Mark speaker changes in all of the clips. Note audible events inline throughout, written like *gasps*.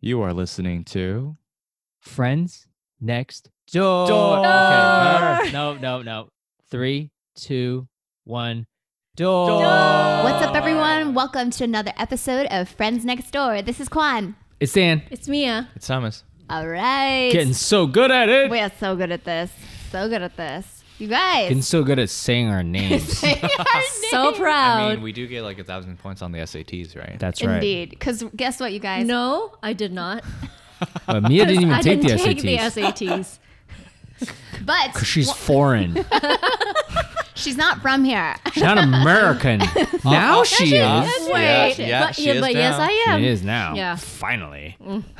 Speaker 1: You are listening to
Speaker 2: Friends next door.
Speaker 1: Door.
Speaker 2: Okay. no,
Speaker 3: Door.
Speaker 2: No, no, no. Three, two, one. Door.
Speaker 3: Door.
Speaker 4: What's up, everyone? Welcome to another episode of Friends Next Door. This is Kwan.
Speaker 2: It's Dan.
Speaker 3: It's Mia.
Speaker 1: It's Thomas.
Speaker 4: All right.
Speaker 2: Getting so good at it.
Speaker 4: We are so good at this. So good at this. You guys.
Speaker 2: Getting so good at saying our names.
Speaker 4: *laughs* They are
Speaker 3: So
Speaker 4: named.
Speaker 3: proud.
Speaker 1: I mean, we do get like a thousand points on the SATs, right?
Speaker 2: That's right.
Speaker 4: Indeed. Because guess what, you guys?
Speaker 3: no, I did not.
Speaker 2: But Uh, Mia didn't even
Speaker 3: I
Speaker 2: take,
Speaker 3: didn't
Speaker 2: the
Speaker 3: take the
Speaker 2: SATs
Speaker 3: SATs.
Speaker 4: But
Speaker 2: because she's foreign.
Speaker 4: she's not from
Speaker 2: *laughs*
Speaker 4: here.
Speaker 2: She's not American. now she is.
Speaker 4: *laughs*
Speaker 1: is.
Speaker 3: Wait,
Speaker 1: Yeah, yeah,
Speaker 3: but,
Speaker 1: she
Speaker 3: yeah,
Speaker 1: is
Speaker 3: but yes,
Speaker 1: now.
Speaker 3: I am.
Speaker 2: She is now.
Speaker 3: Yeah.
Speaker 2: Finally.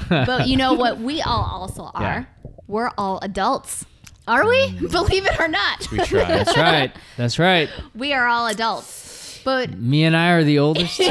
Speaker 4: but you know what? We all also are.
Speaker 2: Yeah. Mm.
Speaker 4: We're all adults. Are we? *laughs* Believe it or not,
Speaker 1: We try. Um,
Speaker 2: That's right. That's right.
Speaker 4: we are all adults. But
Speaker 2: Me and I are the oldest. All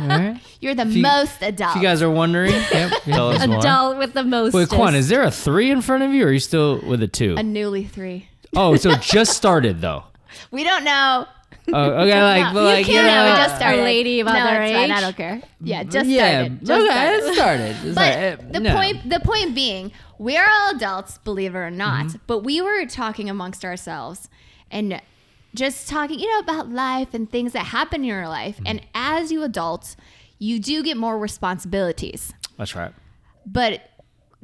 Speaker 2: right.
Speaker 4: you're the
Speaker 2: you-
Speaker 4: most
Speaker 2: If
Speaker 4: adult.
Speaker 2: you guys are wondering, yep.
Speaker 1: Tell
Speaker 2: *laughs*
Speaker 1: us more.
Speaker 3: Adult with the most.
Speaker 2: Wait, Quan, is there a three in front of you, or are you still with a two?
Speaker 4: a newly three.
Speaker 2: Oh, so it just started
Speaker 4: *laughs*
Speaker 2: though.
Speaker 4: We don't know.
Speaker 2: Oh, okay, like,
Speaker 4: No,
Speaker 2: but like,
Speaker 4: you
Speaker 2: you,
Speaker 4: can't
Speaker 2: know,
Speaker 4: have it just started.
Speaker 3: a lady of
Speaker 4: no,
Speaker 3: other
Speaker 4: it's Fine, I
Speaker 3: age?
Speaker 4: don't care. Yeah, just
Speaker 2: yeah,
Speaker 4: started. Just
Speaker 2: okay,
Speaker 4: started.
Speaker 2: it started. It's
Speaker 4: *laughs* But
Speaker 2: like, eh,
Speaker 4: the
Speaker 2: no.
Speaker 4: point the point being, we are all adults, believe it or not. But we were talking amongst ourselves and just talking, you know, about life and things that happen in your life. And as you adults, you do get more responsibilities.
Speaker 2: That's right.
Speaker 4: But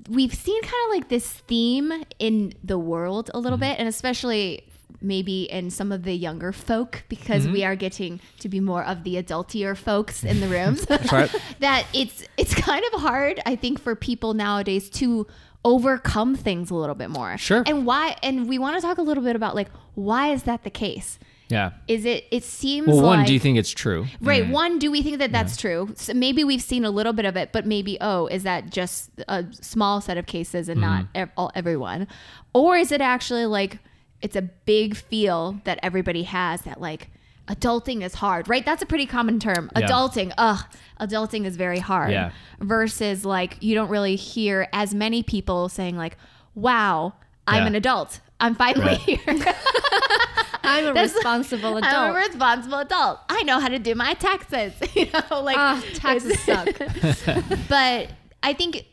Speaker 4: we've seen kind of like this theme in the world a
Speaker 2: Mm-hmm.
Speaker 4: little bit, and especially maybe in some of the younger folk because
Speaker 2: Mm-hmm.
Speaker 4: we are getting to be more of the adultier folks in the
Speaker 2: *laughs*
Speaker 4: rooms
Speaker 2: right.
Speaker 4: *laughs* that it's it's kind of hard i think for people nowadays to overcome things a little bit more
Speaker 2: Sure.
Speaker 4: and why and we want to talk a little bit about like why is that the case
Speaker 2: Yeah.
Speaker 4: is it it seems
Speaker 2: Well, one,
Speaker 4: like
Speaker 2: do you think it's true?
Speaker 4: Right. One, do we think that that's true? So maybe we've seen a little bit of it, but maybe, oh, is that just a small set of cases and
Speaker 2: Mm.
Speaker 4: not ev- all, everyone? Or is it actually like it's a big feel that everybody has that like adulting is hard, right? That's a pretty common term.
Speaker 2: Yeah.
Speaker 4: Adulting, ugh, adulting is very hard.
Speaker 2: Yeah.
Speaker 4: Versus like you don't really hear as many people saying, like, wow, I'm
Speaker 2: Yeah.
Speaker 4: an adult. I'm finally
Speaker 2: Right.
Speaker 4: *laughs* here.
Speaker 3: I'm a
Speaker 4: *laughs*
Speaker 3: responsible adult.
Speaker 4: I'm a responsible adult. I know how to do my taxes. *laughs* you know, like
Speaker 3: Ah,
Speaker 4: *laughs*
Speaker 3: taxes suck.
Speaker 4: but I think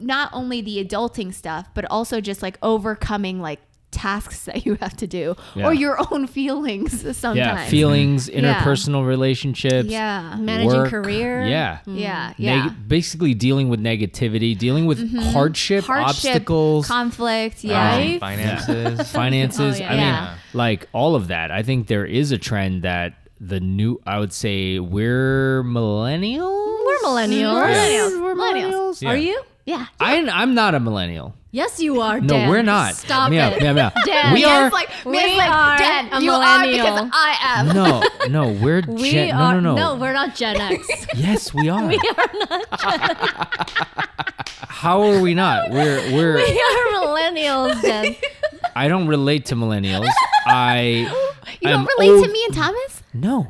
Speaker 4: not only the adulting stuff, but also just like overcoming like tasks that you have to do
Speaker 2: Yeah.
Speaker 4: or your *laughs* own feelings sometimes.
Speaker 2: Yeah. Feelings,
Speaker 4: Yeah.
Speaker 2: interpersonal relationships.
Speaker 4: yeah.
Speaker 3: Managing
Speaker 2: work.
Speaker 3: career.
Speaker 2: Yeah.
Speaker 4: Yeah. Yeah. Mm-hmm.
Speaker 2: Neg- basically dealing with negativity, dealing with hardship,
Speaker 4: Hardship,
Speaker 2: obstacles,
Speaker 4: conflict, yeah.
Speaker 1: Um,
Speaker 3: Right?
Speaker 1: finances.
Speaker 2: finances.
Speaker 3: *laughs* Oh, yeah.
Speaker 2: I mean,
Speaker 4: Yeah.
Speaker 2: like all of that. I think there is a trend that the new, I would say, we're millennials.
Speaker 3: We're millennials.
Speaker 4: We're
Speaker 2: Yeah.
Speaker 4: millennials.
Speaker 2: We're millennials.
Speaker 1: Yeah.
Speaker 3: Are you?
Speaker 4: Yeah.
Speaker 2: I, I'm not a millennial.
Speaker 3: Yes, you are.
Speaker 2: No,
Speaker 3: Dan.
Speaker 2: we're not.
Speaker 3: Stop
Speaker 2: Mia,
Speaker 3: it.
Speaker 2: Mia, Mia.
Speaker 3: *laughs* Dan.
Speaker 2: We
Speaker 4: Man's
Speaker 2: are.
Speaker 4: like,
Speaker 3: we
Speaker 4: man's like,
Speaker 3: are
Speaker 4: Dan,
Speaker 3: a
Speaker 4: you are because
Speaker 3: millennial.
Speaker 4: I am.
Speaker 2: *laughs* no, no, we're Gen.
Speaker 3: *laughs* We
Speaker 2: no,
Speaker 3: are.
Speaker 2: no, no.
Speaker 3: we're not Gen
Speaker 4: *laughs*
Speaker 3: X.
Speaker 2: *laughs*
Speaker 3: *laughs*
Speaker 2: yes, we are. we are not. *laughs* How are we not? We're we're.
Speaker 3: we are millennials, Dan.
Speaker 2: I don't relate to
Speaker 3: *laughs*
Speaker 2: millennials. I.
Speaker 4: You
Speaker 2: am
Speaker 4: don't relate
Speaker 2: old,
Speaker 4: to me and Thomas?
Speaker 3: *laughs*
Speaker 2: No.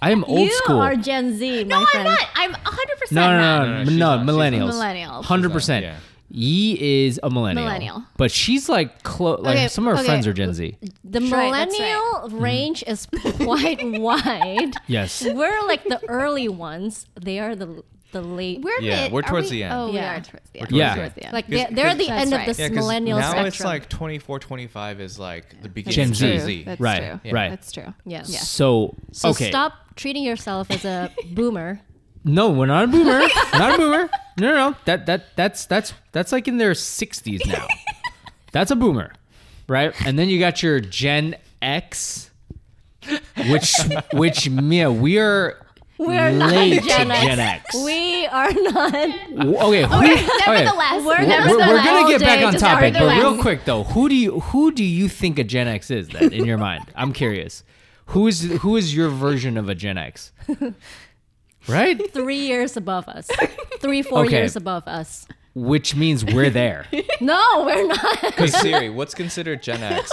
Speaker 2: I am *laughs* old
Speaker 3: you
Speaker 2: school.
Speaker 3: are Gen Z, my
Speaker 4: No, I'm
Speaker 3: friend.
Speaker 4: not. I'm 100%
Speaker 2: no, no,
Speaker 4: not.
Speaker 2: no, no,
Speaker 1: No, no, she's
Speaker 2: no,
Speaker 1: not. She's
Speaker 2: millennials.
Speaker 4: Millennial.
Speaker 2: Hundred percent.
Speaker 1: She's not,
Speaker 2: Yi is a millennial.
Speaker 4: Millennial.
Speaker 2: But she's like close. Like
Speaker 4: Okay,
Speaker 2: some of her
Speaker 4: okay.
Speaker 2: friends are Gen Z.
Speaker 3: The
Speaker 4: Right, that's
Speaker 3: millennial
Speaker 2: Mm-hmm.
Speaker 3: range is *laughs* quite wide.
Speaker 2: Yes.
Speaker 3: *laughs* We're like the early ones. They are the the late.
Speaker 4: We're
Speaker 1: Yeah,
Speaker 4: mid-
Speaker 1: we're
Speaker 4: are
Speaker 1: towards
Speaker 4: we-
Speaker 1: the end.
Speaker 4: Oh,
Speaker 3: Yeah.
Speaker 4: we are towards the end.
Speaker 2: towards Yeah. the
Speaker 4: We're
Speaker 2: end.
Speaker 4: towards the end.
Speaker 3: like
Speaker 1: Because-
Speaker 3: they're, they're the
Speaker 4: because-
Speaker 3: end
Speaker 4: that's
Speaker 3: of
Speaker 1: *laughs*
Speaker 3: this
Speaker 1: Yeah, because
Speaker 3: millennial
Speaker 1: now
Speaker 3: spectrum.
Speaker 1: it's like 24, 25 is like the beginning
Speaker 2: Gen
Speaker 1: of
Speaker 2: Z.
Speaker 1: Gen
Speaker 4: True.
Speaker 1: Z.
Speaker 4: That's
Speaker 2: Right,
Speaker 4: True.
Speaker 2: Yeah. right.
Speaker 4: That's true.
Speaker 3: yeah.
Speaker 4: Yeah.
Speaker 2: So,
Speaker 3: So
Speaker 2: okay.
Speaker 3: stop treating yourself
Speaker 2: *laughs*
Speaker 3: as a boomer.
Speaker 2: No, we're not a boomer. not a boomer. No, no, no. That that that's that's that's like in their sixties now. that's a boomer, right? And then you got your Gen X, which which Mia, we are.
Speaker 3: We are *laughs* not
Speaker 2: Late to
Speaker 3: Gen X.
Speaker 2: Gen X.
Speaker 3: We are not.
Speaker 2: w- Okay, who,
Speaker 4: Nevertheless,
Speaker 3: We're
Speaker 2: Oh, We're,
Speaker 3: never
Speaker 2: we're,
Speaker 3: the
Speaker 2: we're
Speaker 3: last
Speaker 2: gonna get back
Speaker 3: day
Speaker 2: on topic,
Speaker 3: to start the
Speaker 2: but real
Speaker 3: last.
Speaker 2: quick though, who do you who do you think a Gen X is then in your mind? I'm curious. Who is who is your version of a Gen
Speaker 3: *laughs*
Speaker 2: X? Right?
Speaker 3: Three years above us. Three, four
Speaker 2: Okay.
Speaker 3: years above us.
Speaker 2: Which means we're
Speaker 3: *laughs*
Speaker 2: there.
Speaker 3: No, we're not.
Speaker 1: Hey Siri, what's considered Gen X?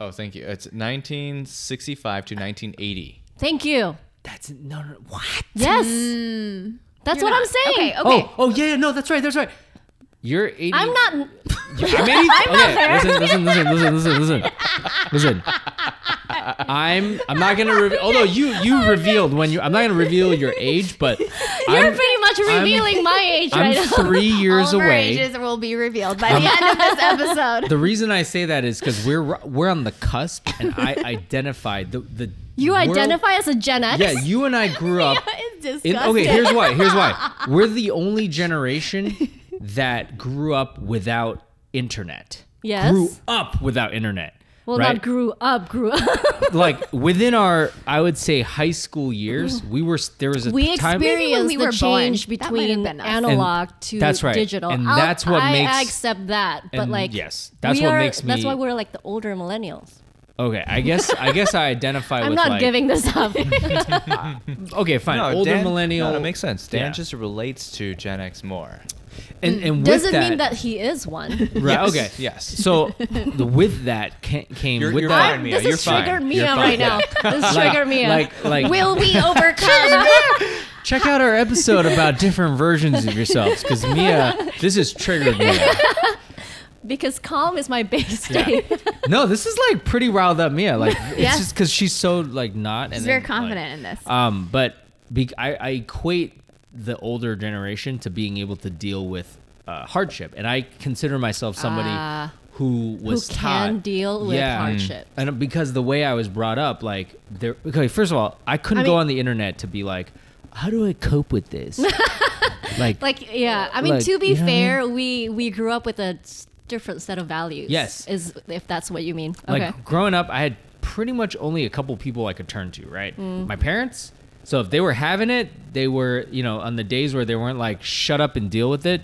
Speaker 1: oh, thank you. It's 1965 to 1980.
Speaker 3: Thank you.
Speaker 2: That's no no what?
Speaker 3: Yes. That's what I'm saying.
Speaker 4: Okay. Okay.
Speaker 2: Oh, oh yeah, yeah, no, that's right, that's right. You're 80.
Speaker 3: I'm not.
Speaker 2: I'm any, okay, listen, listen, listen, listen, listen, listen,
Speaker 3: *laughs*
Speaker 2: listen. I'm I'm not gonna reveal. Although you
Speaker 3: *laughs*
Speaker 2: you revealed when you I'm not gonna reveal your age, but
Speaker 3: You're
Speaker 2: I'm,
Speaker 3: pretty much
Speaker 2: I'm-
Speaker 3: revealing my age right
Speaker 2: I'm
Speaker 3: now.
Speaker 2: three years
Speaker 4: All of our
Speaker 2: away. Um,
Speaker 4: ages will be revealed by the end
Speaker 2: *laughs*
Speaker 4: of this episode. *laughs*
Speaker 2: The reason I say that is because we're we're on the cusp, and
Speaker 3: *laughs*
Speaker 2: I identified the the
Speaker 3: You
Speaker 2: world-
Speaker 3: identify as a Gen X.
Speaker 2: Yeah, you and I grew
Speaker 3: *laughs*
Speaker 2: up.
Speaker 3: it's
Speaker 2: in-
Speaker 3: disgusting.
Speaker 2: okay, here's why. Here's
Speaker 3: *laughs*
Speaker 2: why. We're the only generation that grew up without internet.
Speaker 3: Yes.
Speaker 2: Grew up without internet.
Speaker 3: well,
Speaker 2: right?
Speaker 3: not grew up, grew up.
Speaker 2: like within our, I would say, high school years, we were there was a
Speaker 3: we
Speaker 2: time.
Speaker 3: experienced
Speaker 4: we
Speaker 3: the
Speaker 4: were born,
Speaker 3: change
Speaker 4: that might have
Speaker 3: between
Speaker 4: been us.
Speaker 3: analog
Speaker 2: And
Speaker 3: to
Speaker 2: that's right.
Speaker 3: digital.
Speaker 2: And
Speaker 3: I'll-
Speaker 2: that's what
Speaker 3: I,
Speaker 2: makes-
Speaker 3: I accept that, but
Speaker 2: and
Speaker 3: like
Speaker 2: yes, that's
Speaker 3: we
Speaker 2: what
Speaker 3: are-
Speaker 2: makes me-
Speaker 3: That's why we're like the older millennials.
Speaker 2: Okay, I guess I guess I identify
Speaker 3: I'm
Speaker 2: with
Speaker 3: not
Speaker 2: like,
Speaker 3: giving
Speaker 2: *laughs*
Speaker 3: this up.
Speaker 2: Okay, fine. Older
Speaker 1: Dan-
Speaker 2: millennial.
Speaker 1: No, that makes sense. Dan
Speaker 2: Yeah.
Speaker 1: just relates to Gen X more.
Speaker 2: and and with
Speaker 3: Doesn't
Speaker 2: that,
Speaker 3: mean that he is one.
Speaker 2: right?
Speaker 1: Yes,
Speaker 2: Okay,
Speaker 1: Yes.
Speaker 2: So the, with that ca- came
Speaker 1: You're-
Speaker 2: with
Speaker 1: you're
Speaker 2: that.
Speaker 1: fine, Mia.
Speaker 3: this
Speaker 1: you're
Speaker 3: is
Speaker 1: fine.
Speaker 3: triggered me
Speaker 1: You're
Speaker 3: out
Speaker 1: fine.
Speaker 3: right
Speaker 2: *laughs*
Speaker 3: now. This is
Speaker 2: Like-
Speaker 3: triggered me out.
Speaker 2: Like like
Speaker 4: Will
Speaker 2: *laughs*
Speaker 4: we overcome?
Speaker 2: Check out our episode about different versions of yourselves, because Mia, this has triggered me.
Speaker 3: because calm is my base
Speaker 2: Yeah.
Speaker 3: state.
Speaker 2: No, this is like pretty riled up, Mia. Like it's
Speaker 4: Yeah.
Speaker 2: just because she's so like not. and
Speaker 4: She's very
Speaker 2: then, like-
Speaker 4: confident in this.
Speaker 2: Um, but be- I, I equate the older generation to being able to deal with uh, hardship, and I consider myself somebody
Speaker 4: Ah.
Speaker 2: who was taught
Speaker 3: can deal with
Speaker 2: Yeah.
Speaker 3: hardship.
Speaker 2: and uh, because the way I was brought up, like there. Okay, first of all, I couldn't
Speaker 3: I
Speaker 2: go
Speaker 3: mean-
Speaker 2: on the internet to be like, how do I cope with
Speaker 3: *laughs*
Speaker 2: this? like,
Speaker 3: Like yeah, I mean
Speaker 2: Like,
Speaker 3: to be
Speaker 2: you know what I
Speaker 3: fair, we we grew up with a s- different set of values.
Speaker 2: Yes.
Speaker 3: is if that's what you mean.
Speaker 2: like
Speaker 3: Okay.
Speaker 2: growing up, I had pretty much only a couple people I could turn to. Right,
Speaker 4: Mm.
Speaker 2: my parents. So if they were having it, they were, you know, on the days where they weren't like, shut up and deal
Speaker 4: *laughs*
Speaker 2: with it,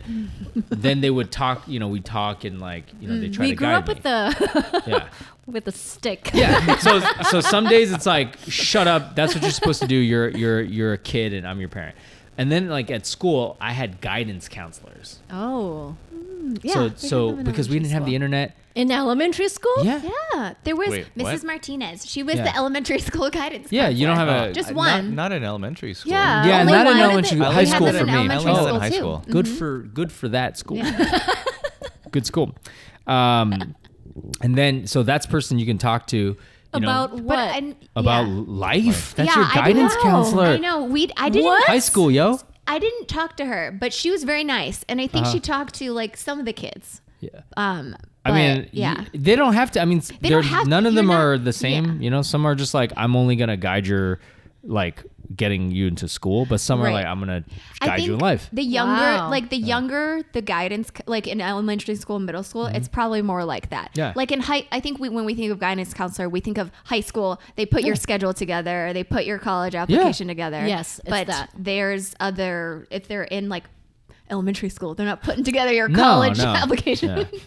Speaker 2: then they would talk, you know, we talk and like, you know, they
Speaker 4: Mm.
Speaker 2: try
Speaker 3: we
Speaker 2: to
Speaker 3: grew
Speaker 2: guide
Speaker 3: up
Speaker 2: me.
Speaker 3: with the *laughs*
Speaker 2: yeah.
Speaker 3: with a stick.
Speaker 2: Yeah. So so some days it's like, shut up. That's what you're supposed to do. You're you're you're a kid and I'm your parent. And then like at school, I had guidance counselors.
Speaker 3: Oh,
Speaker 4: yeah,
Speaker 2: so
Speaker 4: we had
Speaker 2: so
Speaker 4: them in
Speaker 2: because we didn't
Speaker 4: elementary Oh,
Speaker 2: have the internet.
Speaker 3: in elementary school.
Speaker 2: Yeah. Yeah.
Speaker 4: Yeah, there was
Speaker 1: Wait,
Speaker 4: Mrs.
Speaker 1: what?
Speaker 4: Martinez. She was
Speaker 2: Yeah.
Speaker 4: the elementary *laughs* school guidance.
Speaker 2: you don't have a
Speaker 4: Just
Speaker 1: Uh,
Speaker 4: one.
Speaker 1: Not, not in elementary school.
Speaker 4: Yeah,
Speaker 2: Yeah,
Speaker 4: only
Speaker 2: not in
Speaker 4: one.
Speaker 2: elementary-
Speaker 4: We
Speaker 1: high
Speaker 4: had
Speaker 1: school
Speaker 4: them
Speaker 1: for
Speaker 4: in
Speaker 1: me.
Speaker 2: Oh,
Speaker 4: Elementary
Speaker 1: I was
Speaker 4: school
Speaker 1: in high
Speaker 4: too.
Speaker 1: school.
Speaker 2: good
Speaker 4: Mm-hmm.
Speaker 2: for good for that school. *laughs* good school. Um and then so that's person you can talk to you know,
Speaker 3: About what?
Speaker 4: But I,
Speaker 2: about
Speaker 4: yeah.
Speaker 2: life. That's
Speaker 4: yeah,
Speaker 2: your guidance
Speaker 4: I know.
Speaker 2: counselor.
Speaker 4: I know. We I didn't
Speaker 2: High school, yo.
Speaker 4: I didn't talk to her, but she was very nice, and I think she talked to like some of the kids.
Speaker 2: Uh-huh. Yeah.
Speaker 4: Um,
Speaker 2: I
Speaker 4: but,
Speaker 2: mean,
Speaker 4: yeah.
Speaker 2: yeah. they don't have to. I mean, they
Speaker 4: don't have-
Speaker 2: none of
Speaker 4: you're
Speaker 2: them
Speaker 4: not-
Speaker 2: are the same.
Speaker 4: yeah.
Speaker 2: You know, some are just like, I'm only gonna guide your, like, getting you into school, but some are
Speaker 4: Right.
Speaker 2: like, I'm gonna
Speaker 4: I
Speaker 2: guide you in
Speaker 4: think
Speaker 2: life.
Speaker 4: The younger,
Speaker 3: Wow.
Speaker 4: like the younger, the guidance, c- like in elementary school, middle school, it's probably more like that.
Speaker 2: Mm-hmm. Yeah.
Speaker 4: Like in high, I think we, when we think of guidance counselor, we think of high school. They put your schedule together. They put your college application together.
Speaker 3: Yes, it's
Speaker 4: but
Speaker 3: that.
Speaker 4: there's other. If they're in like elementary school, they're not putting together your
Speaker 2: No,
Speaker 4: college
Speaker 2: no.
Speaker 4: *laughs* application.
Speaker 2: Yeah.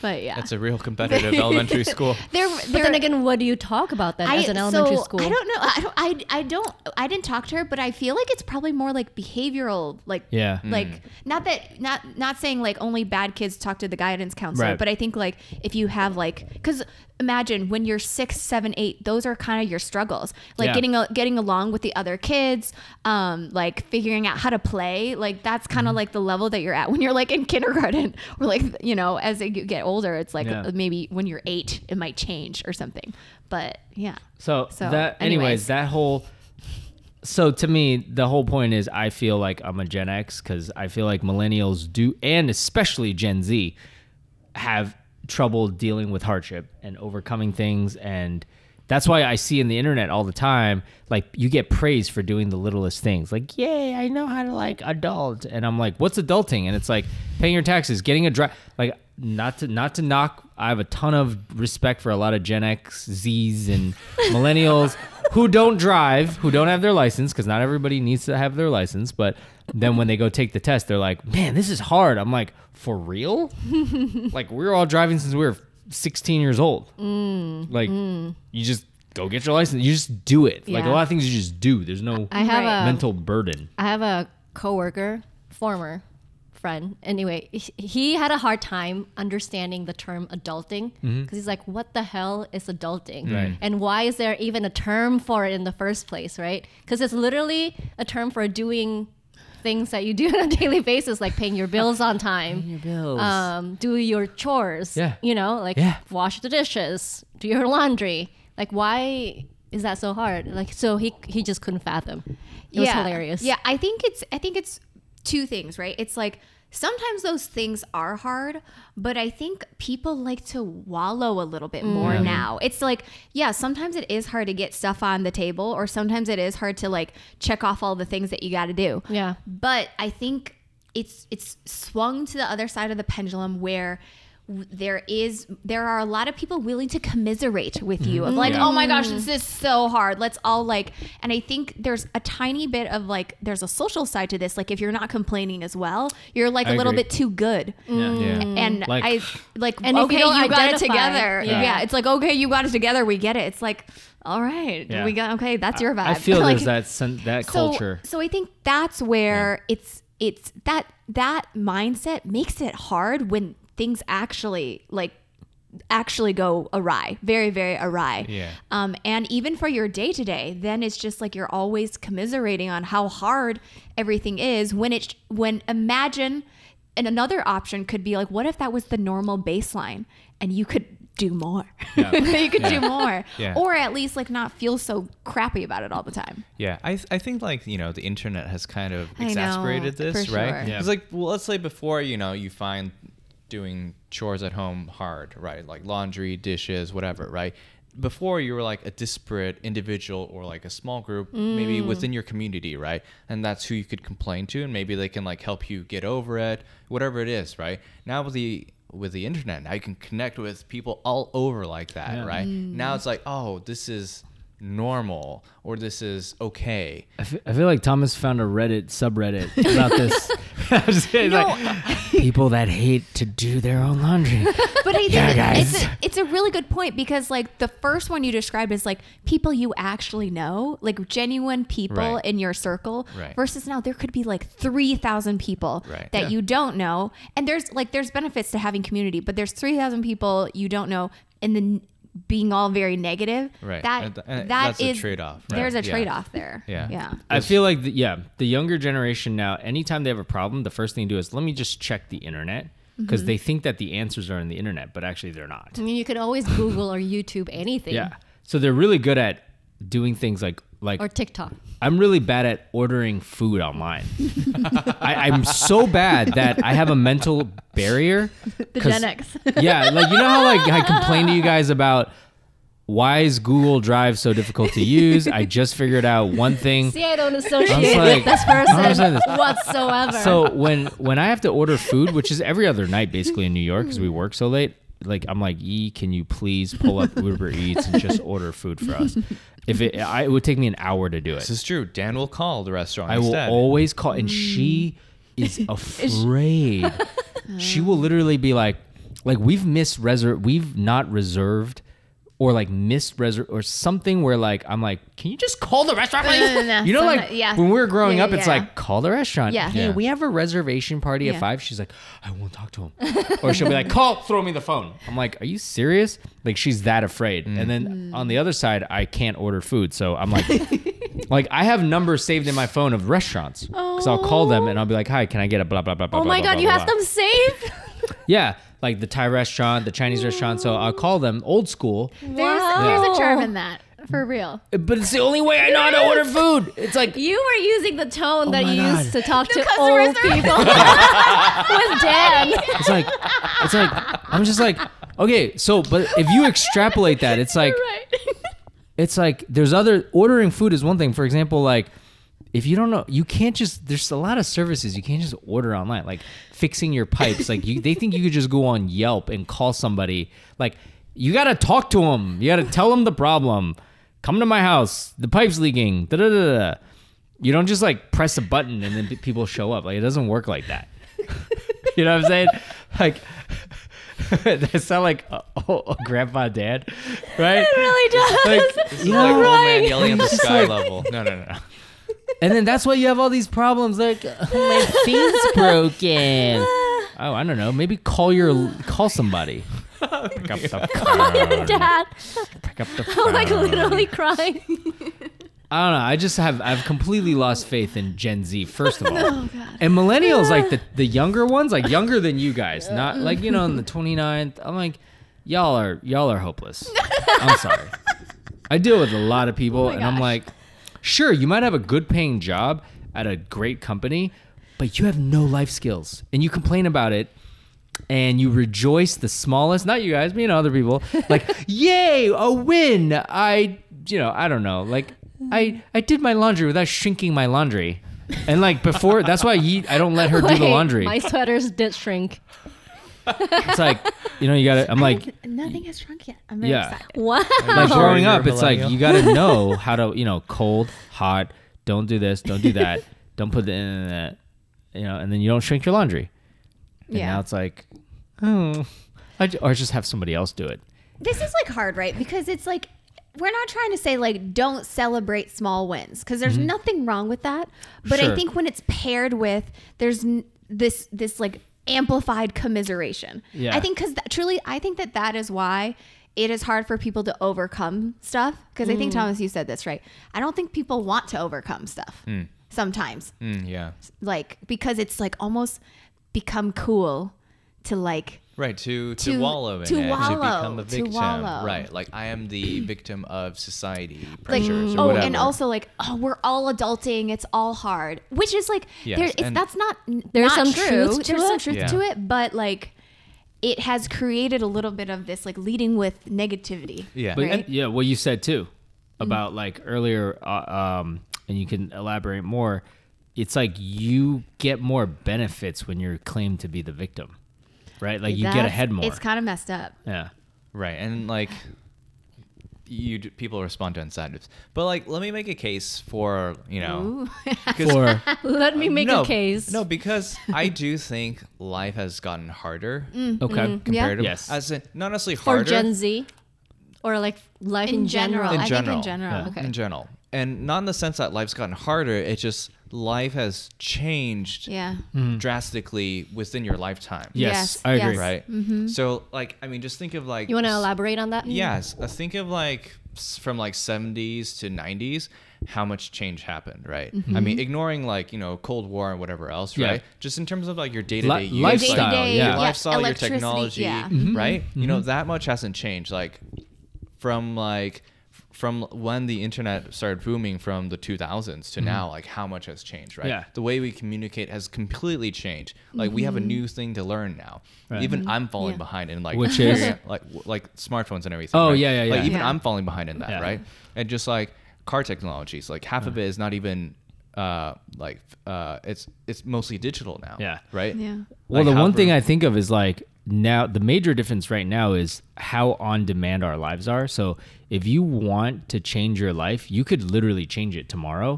Speaker 4: But yeah,
Speaker 1: That's a real competitive
Speaker 4: *laughs*
Speaker 1: elementary school.
Speaker 4: they're,
Speaker 3: But then again, what do you talk about then as an elementary
Speaker 4: so,
Speaker 3: school?
Speaker 4: I don't know. I don't. I, I don't. I didn't talk to her, but I feel like it's probably more like behavioral, like
Speaker 2: Yeah. Mm.
Speaker 4: like not that not not saying like only bad kids talk to the guidance counselor,
Speaker 2: Right.
Speaker 4: but I think like if you have like because imagine when you're six, seven, eight, those are kind of your struggles, like
Speaker 2: Yeah.
Speaker 4: getting a, getting along with the other kids, um, like figuring out how to play, like that's kind
Speaker 2: Mm-hmm.
Speaker 4: of like the level that you're at when you're like in kindergarten *laughs* or like you know as you get older, it's like uh,
Speaker 2: Yeah.
Speaker 4: maybe when you're eight, it might change or something, but yeah.
Speaker 2: So,
Speaker 4: So,
Speaker 2: that, anyways,
Speaker 4: anyways.
Speaker 2: that whole. So to me, the whole point is, I feel like I'm a Gen X because I feel like millennials do, and especially Gen Z, have trouble dealing with hardship and overcoming things and that's why I see in the internet all the time, like you get praised for doing the littlest things. Like, yay, I know how to like adult, and I'm like, what's adulting? And it's like paying your taxes, getting a drive. Like, not to not to knock. I have a ton of respect for a lot of Gen X, Zs, and millennials who don't drive, who don't have their license, because not everybody needs to have their license. But then when they go take the test, they're like, man, this is hard. I'm like, for real? like we were all driving since we were 16 years old.
Speaker 3: Mm,
Speaker 2: Like you just go get your license. You just do it. Like a
Speaker 3: Yeah.
Speaker 2: lot of things you just do. There's no
Speaker 3: I have
Speaker 4: Right.
Speaker 3: a
Speaker 2: mental burden.
Speaker 3: I have a coworker, former friend. Anyway, h- he had a hard time understanding the term adulting because he's like, "What the hell is adulting?
Speaker 2: Mm-hmm. Right.
Speaker 3: And why is there even a term for it in the first place? Right? Because it's literally a term for doing things that you do *laughs* on a daily basis, like paying your bills on time,
Speaker 2: your bills.
Speaker 3: um, do your chores.
Speaker 2: Yeah.
Speaker 3: You know, like
Speaker 2: Yeah.
Speaker 3: wash the dishes, do your laundry. Like, why is that so hard? Like, so he he just couldn't fathom. It was hilarious.
Speaker 4: Yeah, I think it's I think it's two things, right? It's like sometimes those things are hard, but I think people like to wallow a little bit more now. It's like, yeah, sometimes it is hard to get stuff on the table or sometimes it is hard to like check off all the things that you got to do.
Speaker 3: Yeah.
Speaker 4: But I think it's it's swung to the other side of the pendulum where w- there is there are a lot of people willing to commiserate with you of like
Speaker 2: Mm-hmm. Yeah.
Speaker 4: oh my
Speaker 3: Mm.
Speaker 4: gosh this is so hard let's all like and i think there's a tiny bit of like there's a social side to this like if you're not complaining as well you're like a
Speaker 2: I
Speaker 4: little
Speaker 2: agree.
Speaker 4: bit too good
Speaker 1: Yeah.
Speaker 4: and
Speaker 2: Like-
Speaker 4: i like
Speaker 3: Mm. And if you
Speaker 4: okay you, got
Speaker 3: don't
Speaker 4: it
Speaker 3: identify-
Speaker 4: together yeah.
Speaker 3: Yeah.
Speaker 4: it's like okay you got it together we get it it's like all right
Speaker 2: Yeah.
Speaker 4: we got okay that's your vibe
Speaker 2: I
Speaker 3: *laughs*
Speaker 2: feel
Speaker 4: *laughs* like,
Speaker 2: there's that sen- that culture.
Speaker 4: so I think that's where it's it's that that mindset makes it hard when things actually like actually go awry, very very awry.
Speaker 1: Yeah.
Speaker 4: Um, and even for your day to day, then it's just like you're always commiserating on how hard everything is when it when imagine and another option could be like, what if that was the normal baseline and you could do more? *laughs* you could do more.
Speaker 1: Yeah.
Speaker 4: Or at least like not feel so crappy about it all the time.
Speaker 1: Yeah, I, th- I think like you know the internet has kind of
Speaker 4: know,
Speaker 1: exasperated this,
Speaker 4: for
Speaker 1: right?
Speaker 4: sure.
Speaker 2: Yeah.
Speaker 1: It's like well, let's say before you know you find doing chores at home hard, right? Like laundry, dishes, whatever, right? Before you were like a disparate individual or like a small group, maybe
Speaker 2: Mm.
Speaker 1: within your community, right? And that's who you could complain to, and maybe they can like help you get over it, whatever it is, right? Now with the with the internet, now you can connect with people all over like that,
Speaker 2: Yeah. Mm.
Speaker 1: right? Now it's like, oh, this is normal or this is okay.
Speaker 2: I fe- I feel like Thomas found a Reddit subreddit
Speaker 3: *laughs*
Speaker 2: about this. *laughs* I was just kidding, like, *laughs* people that hate to do their own
Speaker 3: *laughs*
Speaker 2: laundry.
Speaker 4: But I think
Speaker 2: Yeah, guys.
Speaker 4: it's, a, it's a really good point because like the first one you described is like people you actually know, like genuine people
Speaker 1: Right.
Speaker 4: in your circle.
Speaker 1: Right.
Speaker 4: Versus now there could be like three thousand people
Speaker 1: Right.
Speaker 4: that
Speaker 1: Yeah.
Speaker 4: you don't know, and there's like there's benefits to having community, but there's three thousand people you don't know, and then being all very negative.
Speaker 1: Right.
Speaker 4: That
Speaker 1: And th- and
Speaker 4: that
Speaker 1: that's a
Speaker 4: is-
Speaker 1: trade-off, right?
Speaker 4: There's a
Speaker 1: Yeah.
Speaker 4: trade off there.
Speaker 1: Yeah.
Speaker 4: Yeah.
Speaker 2: I feel like, the, yeah, the younger generation now, anytime they have a problem, the first thing they do is let me just check the internet because
Speaker 3: Mm-hmm.
Speaker 2: they think that the answers are in the internet, but actually they're not.
Speaker 3: I mean, you can always Google or YouTube anything.
Speaker 2: Yeah. So they're really good at doing things like, like
Speaker 3: Or TikTok.
Speaker 2: I'm really bad at ordering food online. *laughs* I, I'm so bad that I have a mental barrier.
Speaker 3: *laughs* The
Speaker 2: 'cause-
Speaker 3: Gen X.
Speaker 2: yeah, like you know how like I complain to you guys about why is Google Drive so difficult to use? I just figured out one thing.
Speaker 3: *laughs* See, I don't associate
Speaker 2: I was like,
Speaker 3: with this
Speaker 2: I don't understand
Speaker 3: person
Speaker 2: this.
Speaker 3: whatsoever.
Speaker 2: So when when I have to order food, which is every other night basically in New York because
Speaker 3: Mm.
Speaker 2: we work so late, like I'm like, "Yee, can you please pull up Uber Eats and just order food for us?" If it, I, it would take me an hour to do it.
Speaker 1: This is true. Dan will call the restaurant
Speaker 2: I will
Speaker 1: instead.
Speaker 2: always call, and she
Speaker 4: Mm. *laughs*
Speaker 2: is afraid. she will literally be like, like we've missed reser, we've not reserved, or like missed reser, or something where like I'm like, can you just call the restaurant? please?"
Speaker 4: no, no, no.
Speaker 2: *laughs* You know, like
Speaker 4: Someti- yeah.
Speaker 2: when we were growing
Speaker 4: Yeah,
Speaker 2: up, it's
Speaker 4: yeah.
Speaker 2: like call the restaurant.
Speaker 4: Yeah.
Speaker 2: Hey,
Speaker 1: Yeah.
Speaker 2: we have a reservation party
Speaker 4: Yeah.
Speaker 2: at five. She's like, I won't talk
Speaker 4: *laughs*
Speaker 2: to him, or she'll be like, call, throw me the phone. I'm like, are you serious? Like she's that afraid.
Speaker 1: Mm.
Speaker 2: And
Speaker 4: Mm.
Speaker 2: then on the other side, I can't order food, so I'm
Speaker 4: *laughs*
Speaker 2: like. Like I have numbers saved in my phone of restaurants because I'll call them and I'll be like, "Hi, can I get a blah blah blah blah?"
Speaker 3: oh my
Speaker 2: blah,
Speaker 3: God,
Speaker 2: blah,
Speaker 3: you
Speaker 2: blah,
Speaker 3: have
Speaker 2: blah.
Speaker 3: them saved?
Speaker 2: Yeah, like the Thai restaurant, the Chinese restaurant. So I'll call them old school,
Speaker 4: There's,
Speaker 3: Wow.
Speaker 4: there's a charm in that for real.
Speaker 2: but it's the only way I know how to order food. It's like
Speaker 3: You were using the tone that
Speaker 2: Oh my
Speaker 3: you
Speaker 2: God.
Speaker 3: used to talk to
Speaker 4: customers
Speaker 3: old
Speaker 4: are-
Speaker 3: people
Speaker 2: *laughs*
Speaker 3: *laughs* with Dan.
Speaker 2: it's like it's like I'm just like okay. So, but if you extrapolate that,
Speaker 3: *laughs*
Speaker 2: it's like it's like there's other ordering food is one thing. For example, like if you don't know, you can't just there's a lot of services you can't just order online. Like fixing your pipes, like you, they think you could just go on Yelp and call somebody. Like you gotta talk to them. You gotta tell them the problem. Come to my house. The pipe's leaking. Da da da da. You don't just like press a button and then p- people show up. Like it doesn't work like that. *laughs* you know what I'm saying? Like. *laughs* that sound like a, a grandpa dad, right? It really does. Like, you
Speaker 1: Like
Speaker 2: know,
Speaker 1: old man yelling
Speaker 4: *laughs*
Speaker 1: at the
Speaker 2: Just
Speaker 1: sky
Speaker 2: like-
Speaker 1: level. No, no, no, no.
Speaker 2: and then that's why you have all these problems. Like my thing's broken. *laughs* Oh, I don't know. Maybe call your call somebody. Pick *laughs*
Speaker 3: *laughs*
Speaker 2: up the phone.
Speaker 3: Dad,
Speaker 2: Pick up the
Speaker 3: I'm
Speaker 2: phone.
Speaker 3: like literally crying.
Speaker 2: I don't know. I just have I've completely lost faith in Gen Z first *laughs* of all, and millennials like the *laughs* the younger ones, like younger than you guys, not like you know in the 29th. I'm like, y'all are y'all are hopeless. I'm *laughs* sorry. I deal with a lot of people, and I'm
Speaker 3: Oh gosh.
Speaker 2: like, sure, you might have a good paying job at a great company, but you have no life skills, and you complain about it and you rejoice the smallest not you guys me and other
Speaker 3: *laughs*
Speaker 2: people like yay a win i you know i don't know like i i did my laundry without shrinking my laundry and like before that's why Ye- i don't let her do the
Speaker 3: Wait,
Speaker 2: laundry
Speaker 3: My sweaters did shrink.
Speaker 2: it's like you know you gotta i'm like
Speaker 4: *laughs*
Speaker 5: Nothing has shrunk yet. I'm very
Speaker 2: yeah
Speaker 5: excited.
Speaker 3: Wow.
Speaker 4: Oh.
Speaker 2: like growing
Speaker 1: You're a
Speaker 2: up it's like
Speaker 1: millennial.
Speaker 2: you
Speaker 1: *laughs*
Speaker 2: gotta know how to you know cold hot don't do this don't do that don't put the in that you know and then you don't shrink your laundry and
Speaker 5: Yeah.
Speaker 2: now it's like oh I j- or just have somebody else do it
Speaker 4: This is like hard, right? Because it's like we're not trying to say like don't celebrate small wins because there's nothing wrong with that. But
Speaker 2: Mm-hmm. Sure.
Speaker 4: I think when it's paired with there's n- this this like amplified commiseration.
Speaker 2: Yeah.
Speaker 4: I think because truly, I think that that is why it is hard for people to overcome stuff. Because I
Speaker 2: Mm.
Speaker 4: think Thomas, you said this right. I don't think people want to overcome stuff sometimes
Speaker 1: Mm, yeah.
Speaker 4: like because it's like almost become cool to like
Speaker 1: Right to to,
Speaker 4: To-
Speaker 1: wallow in
Speaker 4: to
Speaker 1: it, to
Speaker 4: wallow,
Speaker 1: become a
Speaker 4: to
Speaker 1: victim.
Speaker 4: wallow.
Speaker 1: Right, like I am
Speaker 4: *clears throat*
Speaker 1: the victim of society
Speaker 4: like
Speaker 1: pressures or
Speaker 4: oh
Speaker 1: whatever.
Speaker 4: and also like oh we're all adulting it's all hard which is like
Speaker 1: Yes,
Speaker 4: there it's,
Speaker 1: and-
Speaker 4: that's not n-
Speaker 3: There's
Speaker 4: not
Speaker 3: some
Speaker 4: true.
Speaker 3: truth to
Speaker 4: there's some
Speaker 3: it.
Speaker 4: truth
Speaker 1: Yeah.
Speaker 4: to it but like it has created a little bit of this like leading with negativity
Speaker 1: yeah,
Speaker 2: But
Speaker 4: Right? Mm-hmm.
Speaker 2: yeah, what you said too about like earlier, uh, um, and you can elaborate more. It's like you get more benefits when you're claimed to be the victim, right? Like you get
Speaker 4: That's-
Speaker 2: ahead more.
Speaker 4: it's kind of messed up
Speaker 2: yeah.
Speaker 1: right, and like you d- people respond to incentives. But like, let me make a case for you know, because
Speaker 2: Or
Speaker 3: *laughs*
Speaker 4: *laughs*
Speaker 3: Let me make
Speaker 1: no,
Speaker 3: a case.
Speaker 1: No,
Speaker 3: *laughs*
Speaker 1: because I do think life has gotten harder
Speaker 4: Mm,
Speaker 2: okay,
Speaker 4: Mm-hmm.
Speaker 1: compared to
Speaker 2: Yes.
Speaker 1: as in not necessarily
Speaker 3: for
Speaker 1: harder
Speaker 3: Gen Z, or like life in,
Speaker 4: in general,
Speaker 1: In
Speaker 4: i think
Speaker 1: general,
Speaker 4: in general
Speaker 2: yeah.
Speaker 4: okay
Speaker 1: in general, and not in the sense that life's gotten harder. It's just life has changed
Speaker 4: yeah
Speaker 1: drastically within your lifetime.
Speaker 2: yes,
Speaker 4: Yes,
Speaker 2: Mm. I agree.
Speaker 4: yes.
Speaker 1: right? So, like, I mean, just think of like
Speaker 3: You want to
Speaker 1: s-
Speaker 3: elaborate on that?
Speaker 1: Yes, uh, think of like s- from like 70s to 90s, how much change happened, right? I mean, ignoring like you know Cold War and whatever else,
Speaker 2: Mm-hmm. Yeah.
Speaker 1: right? Just in terms of like your day to day
Speaker 2: lifestyle,
Speaker 1: like,
Speaker 2: Day-to-day,
Speaker 1: your
Speaker 2: yeah. Mm-hmm.
Speaker 1: lifestyle, your
Speaker 4: electricity,
Speaker 1: technology,
Speaker 4: yeah.
Speaker 1: right? You know that much hasn't changed. Like from like f- from when the internet started booming from the 2000s to now like how much has changed right
Speaker 2: Mm-hmm. Yeah.
Speaker 1: the way we communicate has completely changed like we have
Speaker 2: Mm-hmm.
Speaker 1: a new thing to learn now
Speaker 2: Right.
Speaker 1: even i'm falling behind in like
Speaker 2: Which is-
Speaker 4: *laughs*
Speaker 1: figuring out- like like smartphones and everything
Speaker 2: Oh,
Speaker 1: right?
Speaker 2: yeah, yeah,
Speaker 1: like
Speaker 2: yeah.
Speaker 1: even
Speaker 4: Yeah.
Speaker 1: i'm falling behind in that
Speaker 2: Yeah.
Speaker 1: right and just like car technologies like half of it is not even uh like uh it's it's mostly digital now
Speaker 2: Yeah.
Speaker 1: right
Speaker 4: Yeah.
Speaker 2: Well,
Speaker 1: Like,
Speaker 2: the
Speaker 1: how
Speaker 2: one thing
Speaker 1: we're-
Speaker 2: I think of is like now the major difference right now is how on demand our lives are. So if you want to change your life, you could literally change it tomorrow.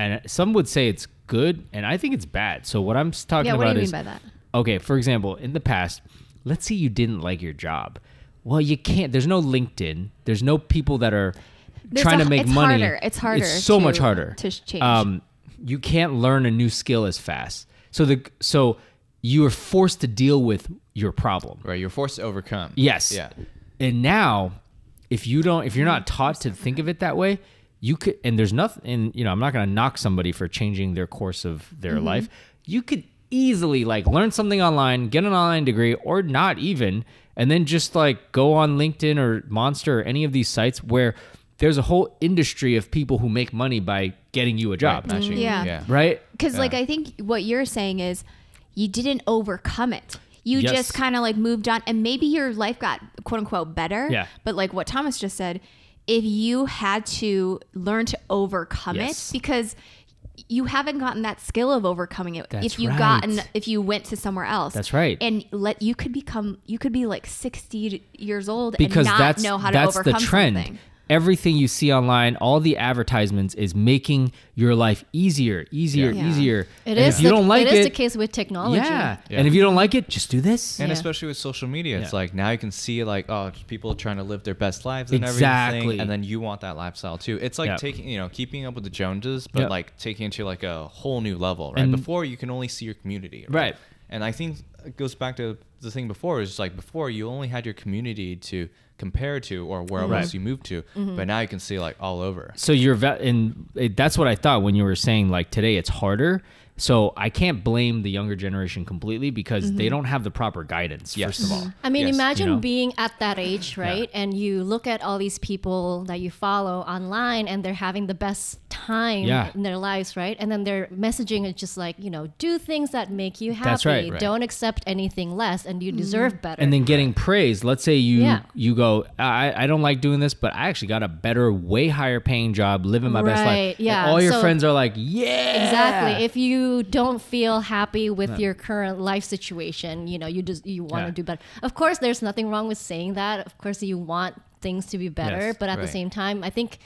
Speaker 2: And some would say it's good, and I think it's bad. So what I'm s- talking
Speaker 4: yeah what do
Speaker 2: about
Speaker 4: you mean
Speaker 2: is
Speaker 4: by that
Speaker 2: okay. For example, in the past, let's say you didn't like your job. Well, you can't. There's no LinkedIn. There's no people that are
Speaker 4: There's
Speaker 2: trying
Speaker 4: a-
Speaker 2: to make
Speaker 4: it's
Speaker 2: money.
Speaker 4: harder- it's harder
Speaker 2: It's so much
Speaker 4: to-
Speaker 2: harder
Speaker 4: to sh- change.
Speaker 2: Um, you can't learn a new skill as fast. So the so you are forced to deal with your problem.
Speaker 1: right you're forced to overcome
Speaker 2: Yes.
Speaker 1: yeah
Speaker 2: And now, if you don't, if you're not taught to think of it that way, you could. And there's nothing. And you know, I'm not going to knock somebody for changing their course of their
Speaker 1: Mm-hmm.
Speaker 2: life. You could easily like learn something online, get an online degree, or not even, and then just like go on LinkedIn or Monster or any of these sites where there's a whole industry of people who make money by getting you a
Speaker 1: right,
Speaker 2: job.
Speaker 1: matching
Speaker 4: Mm-hmm. Yeah.
Speaker 1: yeah
Speaker 2: right?
Speaker 4: Because, like, I think what you're saying is you didn't overcome it. You
Speaker 2: Yes.
Speaker 4: just kind of like moved on, and maybe your life got quote unquote better.
Speaker 2: Yeah.
Speaker 4: But, like what Thomas just said, if you had to learn to overcome
Speaker 2: Yes.
Speaker 4: it, because you haven't gotten that skill of overcoming it
Speaker 2: That's
Speaker 4: if you
Speaker 2: right.
Speaker 4: gotten if you went to somewhere else
Speaker 2: That's right.
Speaker 4: and let you could become you could be like 60 years old
Speaker 2: because
Speaker 4: and not
Speaker 2: that's
Speaker 4: know how to
Speaker 2: that's the
Speaker 4: overcome
Speaker 2: trend.
Speaker 4: something
Speaker 2: Everything you see online, all the advertisements is making your life easier, easier,
Speaker 4: Yeah. Yeah.
Speaker 2: easier.
Speaker 3: It
Speaker 2: and
Speaker 3: is
Speaker 2: if you
Speaker 3: the,
Speaker 2: don't like
Speaker 3: it
Speaker 2: it,
Speaker 3: is the case with technology.
Speaker 2: yeah.
Speaker 1: Yeah.
Speaker 2: And if you don't like it, just do this.
Speaker 1: and
Speaker 3: Yeah.
Speaker 1: especially with social media, it's
Speaker 2: Yeah.
Speaker 1: like now you can see like oh people trying to live their best lives and
Speaker 2: Exactly.
Speaker 1: everything, and then you want that lifestyle too. It's like
Speaker 2: Yeah.
Speaker 1: taking you know keeping up with the Joneses, but
Speaker 2: Yeah.
Speaker 1: like taking it to like a whole new level. Right
Speaker 2: And-
Speaker 1: before you can only see your community.
Speaker 2: Right.
Speaker 1: And I think it goes back to the thing before is like before you only had your community to compare to or where
Speaker 2: Right.
Speaker 1: else you moved to,
Speaker 3: Mm-hmm.
Speaker 1: but now you can see like all over.
Speaker 2: So you're va- and it, that's what I thought when you were saying like today it's harder. So I can't blame the younger generation completely because they don't have the proper guidance.
Speaker 1: Yes.
Speaker 2: First of all,
Speaker 3: I mean,
Speaker 1: Yes.
Speaker 3: imagine
Speaker 2: You know?
Speaker 3: being at that age, right? And you look at all these people that you follow online and they're having the best time
Speaker 2: Yeah.
Speaker 3: in their lives, right? And then their messaging is just like, you know, do things that make you happy.
Speaker 2: That's right, right.
Speaker 3: Don't accept anything less and you deserve better.
Speaker 2: and then getting praise. Let's say you
Speaker 3: Yeah.
Speaker 2: you go, I, I don't like doing this, but I actually got a better, way higher paying job, living my best
Speaker 3: Right,
Speaker 2: life. And
Speaker 3: yeah.
Speaker 2: all your
Speaker 3: So-
Speaker 2: friends are like, yeah,
Speaker 3: Exactly. If you don't feel happy with your current life situation, you know, you just you want to
Speaker 2: Yeah.
Speaker 3: do better. Of course, there's nothing wrong with saying that. Of course, you want things to be better,
Speaker 2: Yes,
Speaker 3: but at the
Speaker 1: right.
Speaker 3: same time, I think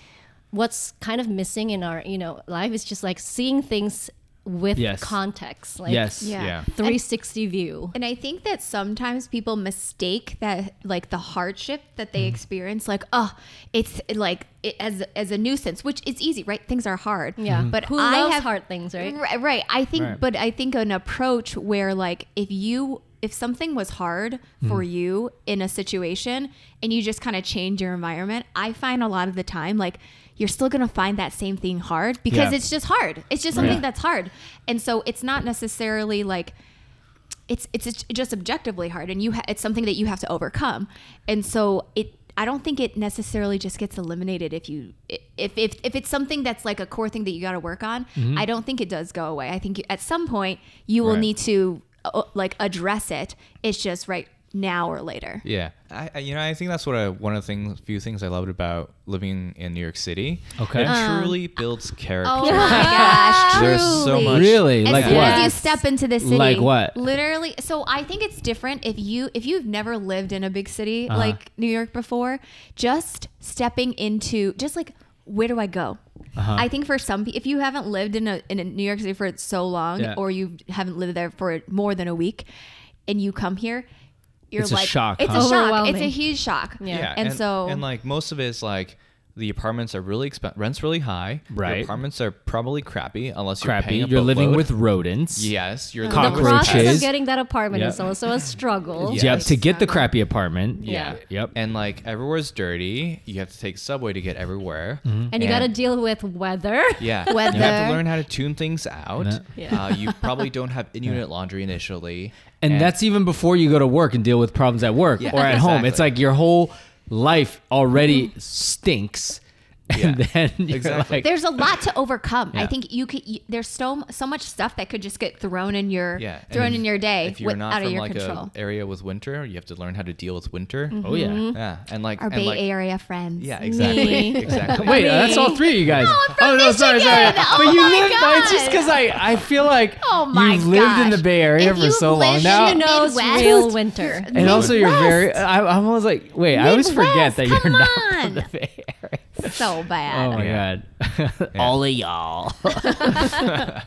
Speaker 3: what's kind of missing in our, you know, life is just like seeing things with
Speaker 2: Yes.
Speaker 3: context, like
Speaker 2: yes,
Speaker 4: Yeah.
Speaker 1: Yeah.
Speaker 3: 360 view.
Speaker 4: And I think that sometimes people mistake that like the hardship that
Speaker 2: Mm.
Speaker 4: they experience like oh it's like it, as as a nuisance which it's easy right things are hard
Speaker 3: Yeah.
Speaker 4: but
Speaker 3: Who
Speaker 4: I
Speaker 3: loves
Speaker 4: have
Speaker 3: hard things, right?
Speaker 4: Right, right. I think,
Speaker 2: Mm-hmm. Right.
Speaker 4: but I think an approach where like if you if something was hard
Speaker 2: Hmm.
Speaker 4: for you in a situation and you just kind of change your environment, I find a lot of the time like you're still gonna find that same thing hard because
Speaker 2: Yeah.
Speaker 4: it's just hard. It's just something
Speaker 2: Yeah.
Speaker 4: that's hard, and so it's not necessarily like it's it's just objectively hard, and you ha- it's something that you have to overcome, and so it. I don't think it necessarily just gets eliminated if you if if, if it's something that's like a core thing that you got to work on.
Speaker 1: Mm-hmm.
Speaker 4: I don't think it does go away. I think at some point you will
Speaker 2: Right.
Speaker 4: need to uh, like address it. It's just right now or later.
Speaker 1: Yeah, I, I you know I think that's what I, one of the things, few things I loved about living in New York City.
Speaker 2: Okay.
Speaker 1: it
Speaker 4: Um,
Speaker 3: Um,
Speaker 1: truly builds character.
Speaker 4: Oh my gosh, oh, truly.
Speaker 1: There's so much.
Speaker 2: really,
Speaker 4: As
Speaker 2: like
Speaker 4: soon
Speaker 2: what?
Speaker 4: as you step into the city,
Speaker 2: Like what?
Speaker 4: Literally, so I think it's different if you if you've never lived in a big city
Speaker 2: Uh-huh.
Speaker 4: like New York before. Just stepping into just like where do I go?
Speaker 2: Uh-huh.
Speaker 4: I think for some, pe- if you haven't lived in a in a New York City for so long,
Speaker 2: Yeah.
Speaker 4: or you haven't lived there for more than a week, and you come here, you're
Speaker 2: It's a
Speaker 4: like
Speaker 2: shock,
Speaker 4: It's
Speaker 2: huh?
Speaker 4: a shock. It's a
Speaker 3: Overwhelming.
Speaker 4: huge shock.
Speaker 3: Yeah.
Speaker 1: Yeah,
Speaker 4: and, so
Speaker 1: and like most of it is like the apartments are really expen rents really high. Your
Speaker 2: Right.
Speaker 1: apartments are probably crappy unless you're
Speaker 2: Crappy.
Speaker 1: Paying a
Speaker 2: You're living
Speaker 1: boatload.
Speaker 2: with rodents.
Speaker 1: *laughs* yes, you're
Speaker 3: The
Speaker 1: living with
Speaker 3: process
Speaker 2: Cockroaches.
Speaker 3: of getting that apartment is
Speaker 2: Yeah.
Speaker 3: also a struggle.
Speaker 1: Yeah.
Speaker 2: Yep.
Speaker 1: Yes.
Speaker 2: To get the crappy apartment.
Speaker 3: Yeah.
Speaker 2: Yep.
Speaker 1: and like everywhere's dirty. You have to take subway to get everywhere.
Speaker 2: Mm-hmm.
Speaker 3: And you got to deal with weather.
Speaker 1: Yeah,
Speaker 4: Weather.
Speaker 1: you have to learn how to tune things out.
Speaker 2: Yeah.
Speaker 3: Yeah.
Speaker 1: Uh,
Speaker 4: *laughs*
Speaker 1: you probably don't have in-unit laundry initially,
Speaker 2: And that's even before you go to work and deal with problems at work
Speaker 1: Yeah,
Speaker 2: or at home. It's
Speaker 1: exactly.
Speaker 2: like your whole life already stinks. *laughs* And
Speaker 1: Yeah,
Speaker 2: then you're
Speaker 1: exactly.
Speaker 2: like,
Speaker 4: there's a lot to overcome.
Speaker 2: Yeah.
Speaker 4: I think you could. You, there's so so much stuff that could just get thrown in your
Speaker 1: Yeah, and
Speaker 4: thrown
Speaker 1: if-
Speaker 4: in your day
Speaker 1: if you're
Speaker 4: with-
Speaker 1: not
Speaker 4: out of
Speaker 1: from
Speaker 4: your
Speaker 1: like
Speaker 4: control. Mm-hmm.
Speaker 1: a area with winter, you have to learn how to deal with winter.
Speaker 2: oh, yeah.
Speaker 1: Yeah, and like
Speaker 4: Our
Speaker 1: and
Speaker 4: Bay
Speaker 1: like,
Speaker 4: Area friends.
Speaker 1: Yeah, exactly, exactly.
Speaker 2: Wait, uh, that's all three of you guys. oh no, sorry, sorry. but you live. It's just because I, I feel like
Speaker 4: Oh my
Speaker 2: you've lived in the
Speaker 4: gosh.
Speaker 2: Bay Area
Speaker 4: If
Speaker 2: for
Speaker 4: you've
Speaker 2: so long
Speaker 4: lived
Speaker 2: now,
Speaker 4: in
Speaker 3: Who knows
Speaker 4: Midwest?
Speaker 3: real winter?
Speaker 2: and also you're very. I, I'm almost like, wait, I always forget
Speaker 4: Midwest,
Speaker 2: that you're
Speaker 4: come
Speaker 2: not *laughs* from
Speaker 4: on.
Speaker 2: the Bay Area.
Speaker 4: so
Speaker 2: *laughs* Oh
Speaker 4: bad.
Speaker 2: my
Speaker 1: Yeah.
Speaker 2: *laughs* god, all of y'all. yeah.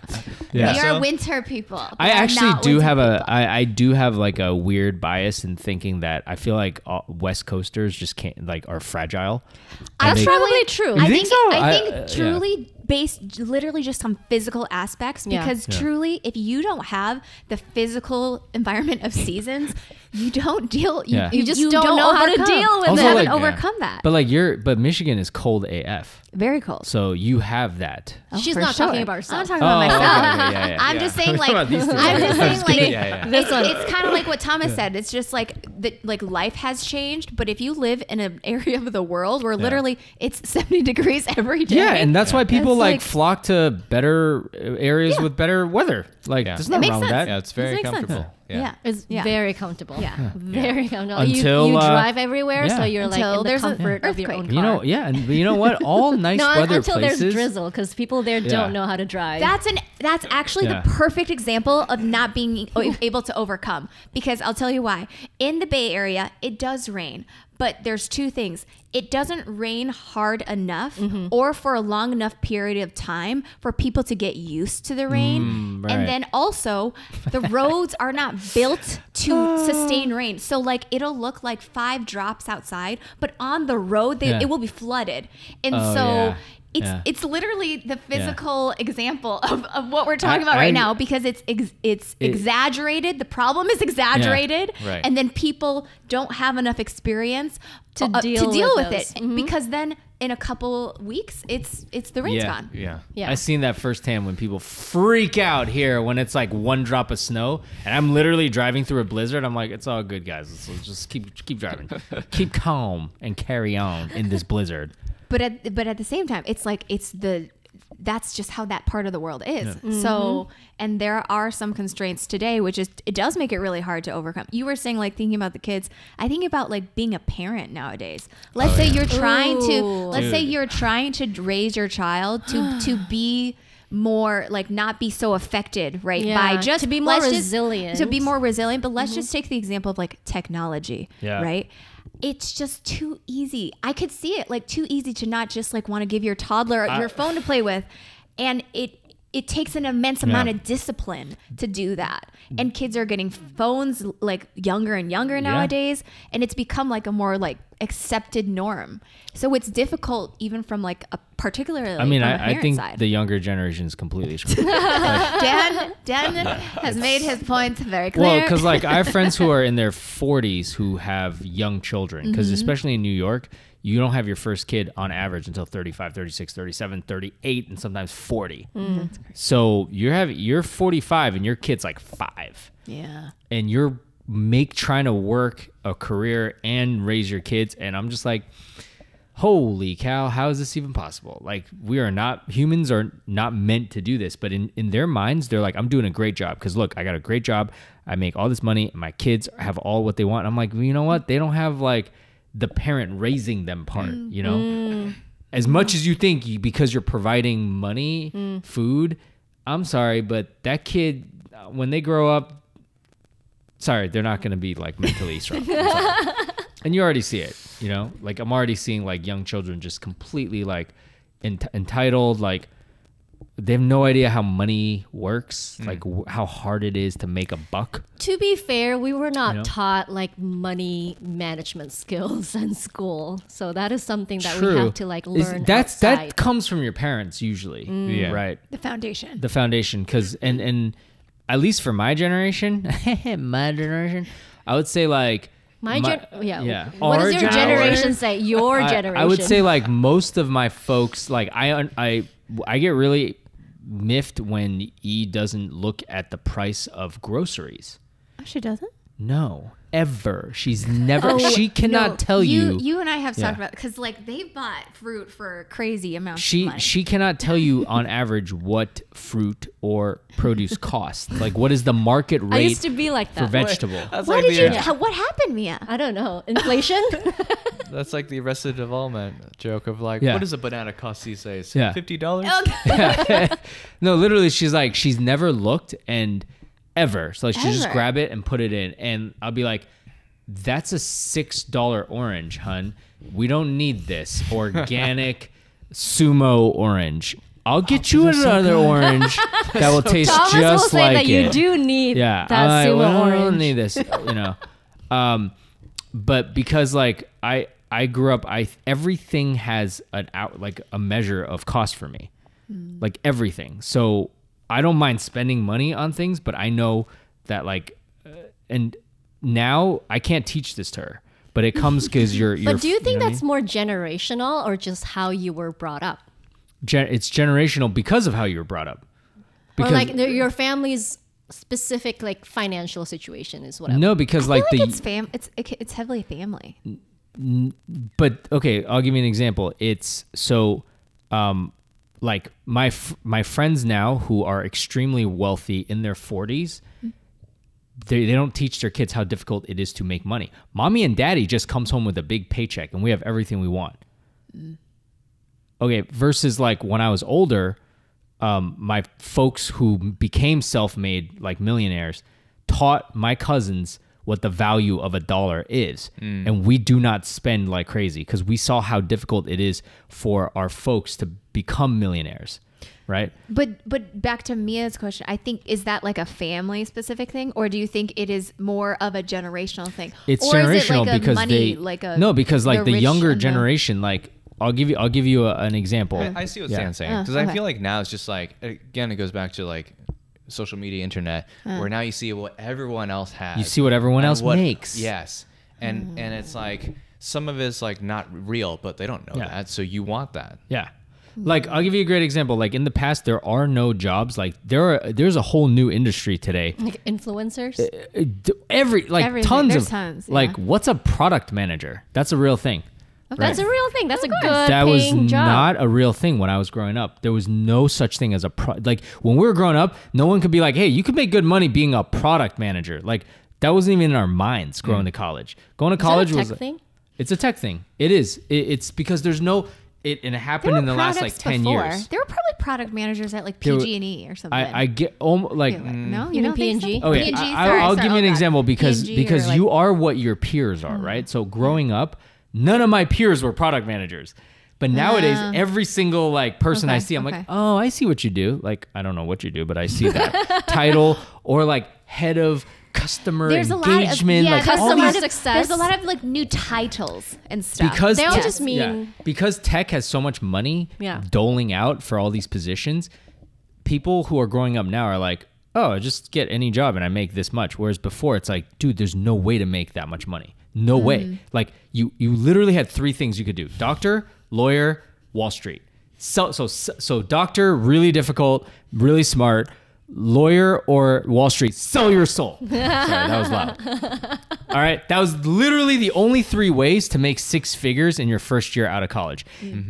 Speaker 4: we
Speaker 1: So-
Speaker 4: are winter people.
Speaker 2: I
Speaker 4: We are
Speaker 2: actually
Speaker 4: not
Speaker 2: do
Speaker 4: winter
Speaker 2: have a
Speaker 4: people.
Speaker 2: I, I do have like a weird bias in thinking that I feel like all, West Coasters just can't like are fragile. And
Speaker 3: That's
Speaker 2: they-
Speaker 3: probably true.
Speaker 2: You
Speaker 4: I
Speaker 2: think
Speaker 4: think,
Speaker 2: so? I-
Speaker 4: I think
Speaker 2: uh, yeah.
Speaker 4: truly based literally just on physical aspects
Speaker 3: Yeah.
Speaker 4: because truly if you don't have the physical environment of seasons, you don't deal you,
Speaker 2: Yeah.
Speaker 4: you,
Speaker 3: You just don't know how to deal with
Speaker 2: Also,
Speaker 4: it. You
Speaker 2: like-
Speaker 4: haven't
Speaker 2: yeah.
Speaker 4: overcome that.
Speaker 2: But like you're but Michigan is cold AF.
Speaker 4: Very cold.
Speaker 2: So you have that. Oh,
Speaker 3: She's
Speaker 4: for
Speaker 3: not talking about
Speaker 4: I'm
Speaker 3: herself.
Speaker 4: talking about
Speaker 2: okay,
Speaker 4: myself.
Speaker 2: okay, yeah, yeah,
Speaker 4: Oh, I'm
Speaker 1: yeah.
Speaker 2: *laughs*
Speaker 4: just saying,
Speaker 2: We're
Speaker 4: like,
Speaker 2: talking about
Speaker 4: I'm
Speaker 2: these
Speaker 4: just
Speaker 2: two. *laughs*
Speaker 4: saying, like,
Speaker 1: Yeah, yeah.
Speaker 4: it's, it's kind of like what Thomas said. It's just like the like life has changed, but if you live in an area of the world where literally it's *laughs* 70 degrees every day,
Speaker 2: Yeah, and that's why people
Speaker 4: It's
Speaker 2: like,
Speaker 4: like-
Speaker 2: flock to better uh, areas with better weather. Like
Speaker 1: Yeah.
Speaker 2: there's
Speaker 1: It
Speaker 2: nothing
Speaker 4: makes
Speaker 2: wrong with
Speaker 4: sense.
Speaker 1: yeah,
Speaker 2: that.
Speaker 1: *laughs* it's very
Speaker 4: makes sense.
Speaker 1: comfortable.
Speaker 4: yeah,
Speaker 3: It's
Speaker 4: Yeah.
Speaker 3: very comfortable.
Speaker 4: Yeah.
Speaker 3: Very comfortable.
Speaker 2: Until,
Speaker 3: you, you
Speaker 2: uh,
Speaker 3: drive everywhere, so
Speaker 2: yeah.
Speaker 3: you're like
Speaker 4: Until
Speaker 3: in the
Speaker 4: there's an
Speaker 3: comfort of your own car.
Speaker 2: You know, yeah, and but you know what? All nice
Speaker 3: no,
Speaker 2: weather
Speaker 3: until there's
Speaker 2: places.
Speaker 3: drizzle, because people there
Speaker 2: Yeah.
Speaker 3: don't know how to drive.
Speaker 4: That's an that's actually
Speaker 2: Yeah.
Speaker 4: the perfect example of not being o- able to overcome because I'll tell you why. In the Bay Area, it does rain, but there's two things. It doesn't rain hard enough or for a long enough period of time for people to get used to the rain.
Speaker 2: Mm, right.
Speaker 4: And then also,
Speaker 2: *laughs*
Speaker 4: the roads are not built to sustain rain. So like it'll look like five drops outside, but on the road they,
Speaker 2: Yeah.
Speaker 4: it will be flooded. And
Speaker 2: Oh,
Speaker 4: so
Speaker 2: yeah.
Speaker 4: It's
Speaker 2: Yeah.
Speaker 4: it's literally the physical example of, of what we're talking
Speaker 2: I-
Speaker 4: about right
Speaker 2: I-
Speaker 4: now because it's ex, it's
Speaker 2: It-
Speaker 4: exaggerated. The problem is exaggerated,
Speaker 1: Right.
Speaker 4: and then people don't have enough experience
Speaker 3: To
Speaker 4: uh,
Speaker 3: deal
Speaker 4: to deal
Speaker 3: with
Speaker 4: with,
Speaker 3: those. Mm-hmm.
Speaker 4: it because then in a couple weeks it's it's the rain's
Speaker 2: Yeah.
Speaker 4: gone.
Speaker 1: Yeah.
Speaker 3: Yeah.
Speaker 2: I've seen that firsthand when people freak out here when it's like one drop of snow, and I'm literally driving through a blizzard. I'm like, it's all good, guys. Let's, let's just keep keep *laughs* driving, keep calm, and carry on in this blizzard.
Speaker 4: but at but at the same time it's like it's the that's just how that part of the world is
Speaker 3: Mm-hmm.
Speaker 4: so and there are some constraints today which is it does make it really hard to overcome you were saying like thinking about the kids i think about like being a parent nowadays let's say you're trying to
Speaker 3: Ooh.
Speaker 4: let's say you're trying to raise your child to
Speaker 3: *gasps*
Speaker 4: to be more like not be so affected right
Speaker 3: Yeah,
Speaker 4: by just
Speaker 3: to be more
Speaker 4: let's just-
Speaker 3: resilient. Mm-hmm.
Speaker 4: to be more resilient but let's just take the example of like technology
Speaker 2: Yeah.
Speaker 4: right it's just too easy. I could see it like too easy to not just like want to give your toddler your phone to play with, and it it takes an immense amount
Speaker 2: Yeah.
Speaker 4: of discipline to do that. And kids are getting phones like younger and younger nowadays, and it's become like a more like accepted norm. So it's difficult even from like a particularly.
Speaker 2: I mean,
Speaker 4: from
Speaker 2: I,
Speaker 4: a
Speaker 2: I
Speaker 4: parent
Speaker 2: think
Speaker 4: side.
Speaker 5: *laughs*
Speaker 2: the younger generation is completely screwed.
Speaker 4: *laughs* Dan
Speaker 2: *laughs*
Speaker 4: Dan has made his points very clear.
Speaker 2: well, because like I have friends who are in their 40s who have young children, because especially in New York, you don't have your first kid on average until 35, 36, 37, 38, and sometimes 40. So you're having you're 45 and your kid's like five.
Speaker 4: yeah.
Speaker 2: and you're make trying to work a career and raise your kids and i'm just like holy cow how is this even possible like we are not humans are not meant to do this but in, in their minds they're like i'm doing a great job because look i got a great job i make all this money and my kids have all what they want i'm like well, you know what they don't have like the parent raising them part you know as much as you think you, because you're providing money food i'm sorry but that kid uh, when they grow up sorry, they're not going to be like mentally strong. I'm sorry. and you already see it, you know? Like I'm already seeing like young children just completely like ent- entitled like they have no idea how money works, like w- how hard it is to make a buck.
Speaker 3: To be fair, we were not
Speaker 2: You know?
Speaker 3: taught like money management skills *laughs* in school, so that is something that we have to like
Speaker 2: Is-
Speaker 3: learn.
Speaker 2: that's
Speaker 3: outside. Mm.
Speaker 2: that comes from your parents usually,
Speaker 1: Yeah.
Speaker 2: right?
Speaker 5: The foundation.
Speaker 2: the foundation because and and at least for my generation *laughs* my generation i would say like
Speaker 3: My gen- yeah.
Speaker 2: Our
Speaker 3: What does your
Speaker 2: *laughs*
Speaker 3: generation say? Your
Speaker 2: I-
Speaker 3: generation.
Speaker 2: I, would say like most of my folks like i un- i i get really miffed when e doesn't look at the price of groceries
Speaker 5: Oh, She doesn't.
Speaker 2: no ever she's never
Speaker 3: Oh,
Speaker 2: she cannot tell
Speaker 4: you,
Speaker 2: you,
Speaker 4: you and I have talked
Speaker 2: Yeah.
Speaker 4: about because like they bought fruit for crazy amounts. of
Speaker 2: she
Speaker 4: money.
Speaker 2: she cannot tell
Speaker 3: *laughs*
Speaker 2: you on average what fruit or produce costs like what is the market rate
Speaker 3: I used to be like
Speaker 2: for
Speaker 3: that.
Speaker 2: vegetable
Speaker 1: That's
Speaker 4: What
Speaker 1: like
Speaker 4: did
Speaker 1: the, uh,
Speaker 4: you? how- What happened, Mia?
Speaker 3: I don't know. Inflation?
Speaker 2: *laughs*
Speaker 1: That's like the Arrested Development joke of like,
Speaker 2: Yeah.
Speaker 1: what does a banana cost these days?
Speaker 2: Yeah.
Speaker 1: Fifty dollars.
Speaker 2: no, literally, she's like, she's never looked and ever. So like, she just
Speaker 4: Ever.
Speaker 2: grab it and put it in, and I'll be like, "That's a six dollar orange, hun. We don't need this organic sumo orange. I'll get you another orange that will taste
Speaker 3: Thomas will
Speaker 2: just
Speaker 3: say
Speaker 2: like
Speaker 3: that
Speaker 2: it.
Speaker 3: you do need
Speaker 2: yeah, I'm
Speaker 3: that
Speaker 2: like,
Speaker 3: sumo
Speaker 2: "Well, I
Speaker 3: orange.
Speaker 2: don't need this, uh, you
Speaker 3: *laughs*
Speaker 2: know." Um, but because like I I grew up, I everything has an out like a measure of cost for me,
Speaker 3: Mm.
Speaker 2: like everything. So I don't mind spending money on things, but I know that like, uh, and now I can't teach this to her, but it
Speaker 3: *laughs*
Speaker 2: comes because you're. you're
Speaker 3: But do you think
Speaker 2: know what I
Speaker 3: that's more generational or just how you were brought up?
Speaker 2: mean? Gen- it's generational because of how you were brought up? Because
Speaker 3: or like the- your family's specific like financial situation is what I
Speaker 2: no, because like the
Speaker 4: I
Speaker 2: Mm.
Speaker 4: feel like it's fam. It's it- it's heavily family.
Speaker 2: but okay, I'll give you an example. It's so, um, like my f- my friends now who are extremely wealthy in their forties, they they don't teach their kids how difficult it is to make money. Mommy and daddy just comes home with a big paycheck and we have everything we want. Okay, versus like when I was older, um, my folks who became self-made like millionaires taught my cousins what the value of a dollar is
Speaker 1: Mm.
Speaker 2: and we do not spend like crazy because we saw how difficult it is for our folks to become millionaires right
Speaker 4: But but back to Mia's question, I think is that like a family specific thing, or do you think it is more of a generational thing?
Speaker 2: it's
Speaker 4: or
Speaker 2: generational
Speaker 4: is it like a
Speaker 2: because
Speaker 4: money
Speaker 2: they
Speaker 4: like a
Speaker 2: no because like the
Speaker 4: rich
Speaker 2: younger
Speaker 4: and the-
Speaker 2: generation like I'll give you I'll give you a, an example.
Speaker 1: I, I see what
Speaker 2: Yeah.
Speaker 1: Stan's saying
Speaker 5: Oh,
Speaker 1: because I
Speaker 5: okay.
Speaker 1: feel like now it's just like again it goes back to like social media, internet, where now you see what everyone else has.
Speaker 2: You see what everyone
Speaker 1: and
Speaker 2: else makes.
Speaker 1: Yes, and and it's like some of it's like not real, but they don't know
Speaker 2: Yeah.
Speaker 1: that, so you want that.
Speaker 2: Yeah. Like I'll give you a great example. Like in the past, there are no jobs. Like there are, there's a whole new industry today.
Speaker 3: Like influencers.
Speaker 2: Uh, d- Every like
Speaker 5: Everything.
Speaker 2: tons
Speaker 5: There's
Speaker 2: of
Speaker 5: tons, yeah.
Speaker 2: like what's a product manager? That's a real thing.
Speaker 3: That's a real thing. That's a good
Speaker 2: that was
Speaker 3: paying job.
Speaker 2: not a real thing when I was growing up. There was no such thing as a pro- like when we were growing up, no one could be like, "Hey, you could make good money being a product manager." Like that wasn't even in our minds growing to college. Going to
Speaker 3: Is that a
Speaker 2: college was
Speaker 3: tech thing?
Speaker 2: It's a tech thing. It is. It, it's because there's no it, and it happened in the last like
Speaker 5: products
Speaker 2: 10
Speaker 5: before.
Speaker 2: years.
Speaker 5: There were probably product managers at like
Speaker 2: There were-
Speaker 4: E
Speaker 5: PG&E or something.
Speaker 2: I, I get almost like
Speaker 5: Like, no,
Speaker 3: You
Speaker 5: you
Speaker 3: mean
Speaker 5: know
Speaker 3: P&G?
Speaker 2: Oh yeah,
Speaker 5: P&G,
Speaker 2: I,
Speaker 5: sorry,
Speaker 2: will
Speaker 5: sorry.
Speaker 2: give you an
Speaker 5: Oh, God.
Speaker 2: example because
Speaker 5: P&G or,
Speaker 2: because
Speaker 5: like- Mm-hmm.
Speaker 2: you are what your peers are, right? So growing up, none of my peers were product managers. But nowadays, every single like person I
Speaker 5: Ah. Okay,
Speaker 2: see, I'm
Speaker 5: okay.
Speaker 2: like, oh, I see what you do. Like, I don't know what you do, but I see
Speaker 5: *laughs*
Speaker 2: that title or like head of customer
Speaker 5: There's a lot of
Speaker 2: engagement,
Speaker 5: yeah,
Speaker 2: like
Speaker 5: there's
Speaker 2: all
Speaker 5: a lot
Speaker 2: these
Speaker 5: of-
Speaker 3: success.
Speaker 5: There's a lot of like new titles and stuff.
Speaker 2: because
Speaker 3: They all
Speaker 2: tech-
Speaker 3: just mean-
Speaker 2: because tech has so much money
Speaker 3: Yeah.
Speaker 2: doling out for all these positions people who are growing up now are like oh I just get any job and i make this much whereas before it's like dude there's no way to make that much money no
Speaker 3: Mm.
Speaker 2: way like you you literally had three things you could do doctor lawyer wall street so so so doctor really difficult really smart lawyer or wall street sell your
Speaker 3: *laughs*
Speaker 2: soul sorry that was loud all right. That was literally the only three ways to make six figures in your first year out of college.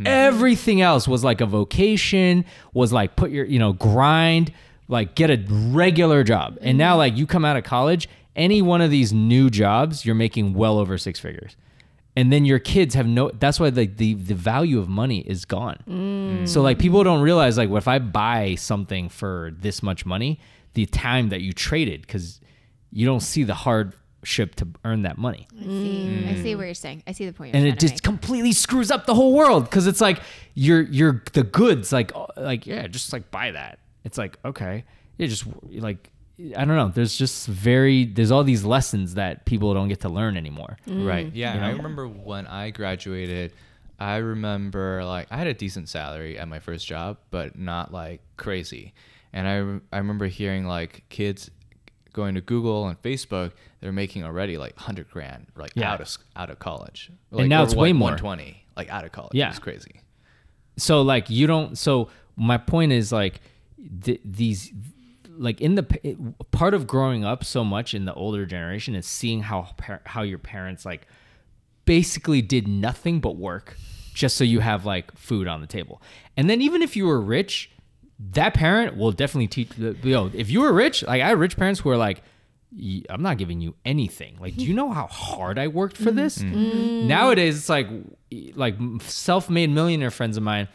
Speaker 2: Everything else was like a vocation, was like put your, you know, grind, like get a regular job. And now, like, you come out of college, any one of these new jobs, you're making well over six figures. And then your kids have no, that's why the, the, the value of money is gone. So, like, people don't realize, like, if I buy something for this much money, the time that you traded, because you don't see the hardship to earn that money.
Speaker 5: I see. I see what you're saying. I see the point. You're
Speaker 2: Mm. And
Speaker 5: trying to
Speaker 2: it just completely screws up the whole world because it's like you're you're the goods like uh, like yeah just like buy that. It's like okay yeah just like I don't know. There's just very there's all these lessons that people don't get to learn anymore.
Speaker 1: Right. Yeah. I remember when I graduated, I remember like I had a decent salary at my first job, but not like crazy. And I, re- I remember hearing like kids going to Google and Facebook, they're making already like 100 grand like
Speaker 2: Yeah.
Speaker 1: out of s- out of college.
Speaker 2: And
Speaker 1: Like,
Speaker 2: now
Speaker 1: or
Speaker 2: it's way
Speaker 1: one-
Speaker 2: more.
Speaker 1: 120 like out of college.
Speaker 2: Yeah.
Speaker 1: It's crazy.
Speaker 2: so like you don't so my point is like th- these like in the p- it- part of growing up so much in the older generation is seeing how par- how your parents like basically did nothing but work just so you have like food on the table and then even if you were rich that parent will definitely teach the you know, if you were rich like i had rich parents who are like "Y- i'm not giving you anything like do you know how hard i worked for this nowadays it's like e, like self-made millionaire friends of mine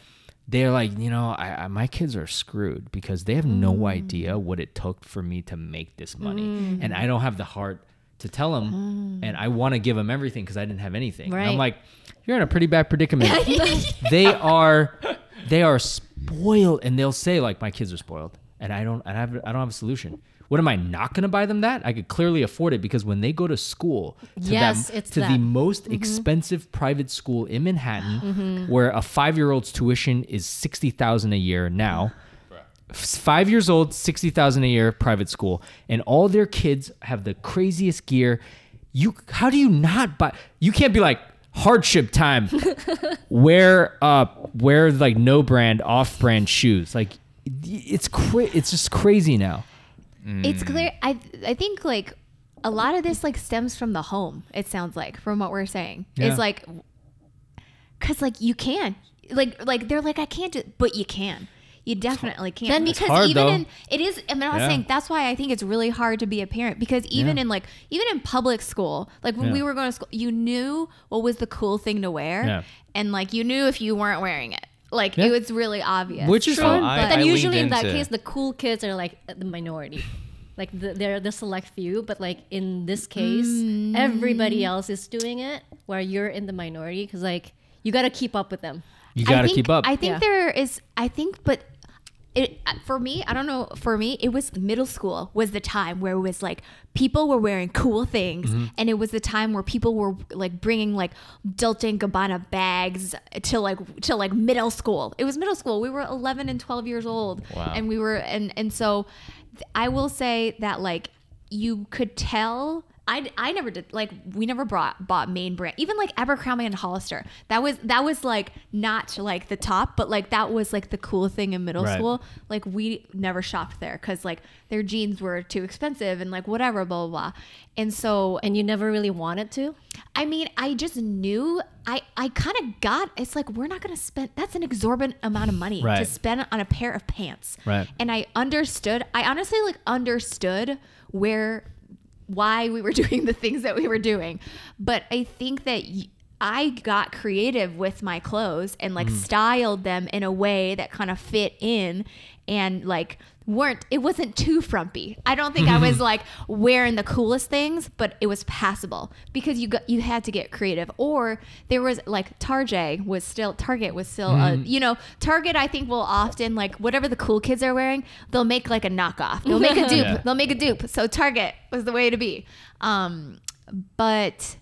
Speaker 2: they're like you know I, I, my kids are screwed because they have no idea what it took for me to make this money and i don't have the heart to tell them and i want to give them everything because i didn't have anything and i'm
Speaker 3: Right.
Speaker 2: like you're in a pretty bad predicament they are they are spoiled and they'll say like my kids are spoiled and i don't and I, have, I don't have a solution what am i not going to buy them that i could clearly afford it because when they go to school to them-
Speaker 3: Yes, it's
Speaker 2: to the
Speaker 3: that. Mm-hmm.
Speaker 2: most expensive private school in manhattan where a five-year-old's tuition is 60000 a year now F- five years old 60000 a year private school and all their kids have the craziest gear you how do you not buy you can't be like hardship
Speaker 3: *laughs*
Speaker 2: time wear uh wear like no brand off brand shoes like it's cra- it's just crazy now Mm.
Speaker 5: it's clear i i think like a lot of this like stems from the home it sounds like from what we're saying
Speaker 2: Yeah.
Speaker 5: it's like because like you can like like they're like i can't do but you can you definitely can
Speaker 4: Then
Speaker 5: then
Speaker 4: because
Speaker 2: hard,
Speaker 4: even
Speaker 2: though.
Speaker 4: in
Speaker 5: it is i mean i'm
Speaker 2: Yeah.
Speaker 5: not saying that's why i think it's really hard to be a parent because even
Speaker 2: Yeah.
Speaker 5: in like even in public school like when
Speaker 2: Yeah.
Speaker 5: we were going to school you knew what was the cool thing to wear
Speaker 2: Yeah.
Speaker 5: and like you knew if you weren't wearing it like
Speaker 2: Yeah.
Speaker 5: it was really obvious
Speaker 2: which is
Speaker 1: Oh,
Speaker 2: fine
Speaker 1: I-
Speaker 3: But then
Speaker 1: I
Speaker 3: usually in
Speaker 1: leaned
Speaker 3: that
Speaker 1: into-
Speaker 3: case, the cool kids are like the minority. Like the, they're the select few, but like in this case,
Speaker 1: Mm.
Speaker 3: everybody else is doing it where you're in the minority because like you got to keep up with them.
Speaker 2: you got
Speaker 5: I
Speaker 2: to
Speaker 5: think-
Speaker 2: keep up
Speaker 5: I think
Speaker 3: Yeah.
Speaker 5: there is. I think, but
Speaker 4: it for me i don't know for me it was middle school was the time where it was like people were wearing cool things and it was the time where people were like bringing like dolce and gabbana bags to like to like middle school it was middle school we were 11 and 12 years old
Speaker 1: Wow.
Speaker 4: and we were and and so th- i will say that like you could tell I, I never did like we never brought bought main brand even like Abercrombie and Hollister that was that was like not like the top but like that was like the cool thing in middle
Speaker 2: Right.
Speaker 4: school like we never shopped there because like their jeans were too expensive and like whatever blah blah, blah. and so
Speaker 3: and you never really wanted to.
Speaker 4: I mean, I just knew I I kind of got it's like we're not going to spend that's an exorbitant amount of money to
Speaker 2: Right.
Speaker 4: spend on a pair of pants.
Speaker 2: Right.
Speaker 4: And I understood, I honestly like understood where why we were *laughs* doing the things that we were doing. But I think that y- I got creative with my clothes and like styled them in a way that kind of fit in and like weren't it wasn't too frumpy. I don't think I was like wearing the coolest things, but it was passable because you got you had to get creative or there was like Tarjay was still Target was still uh you know Target I think will often like whatever the cool kids are wearing, they'll make like a knockoff. They'll make a dupe.
Speaker 2: Yeah.
Speaker 4: They'll make a dupe. So Target was the way to be. Um but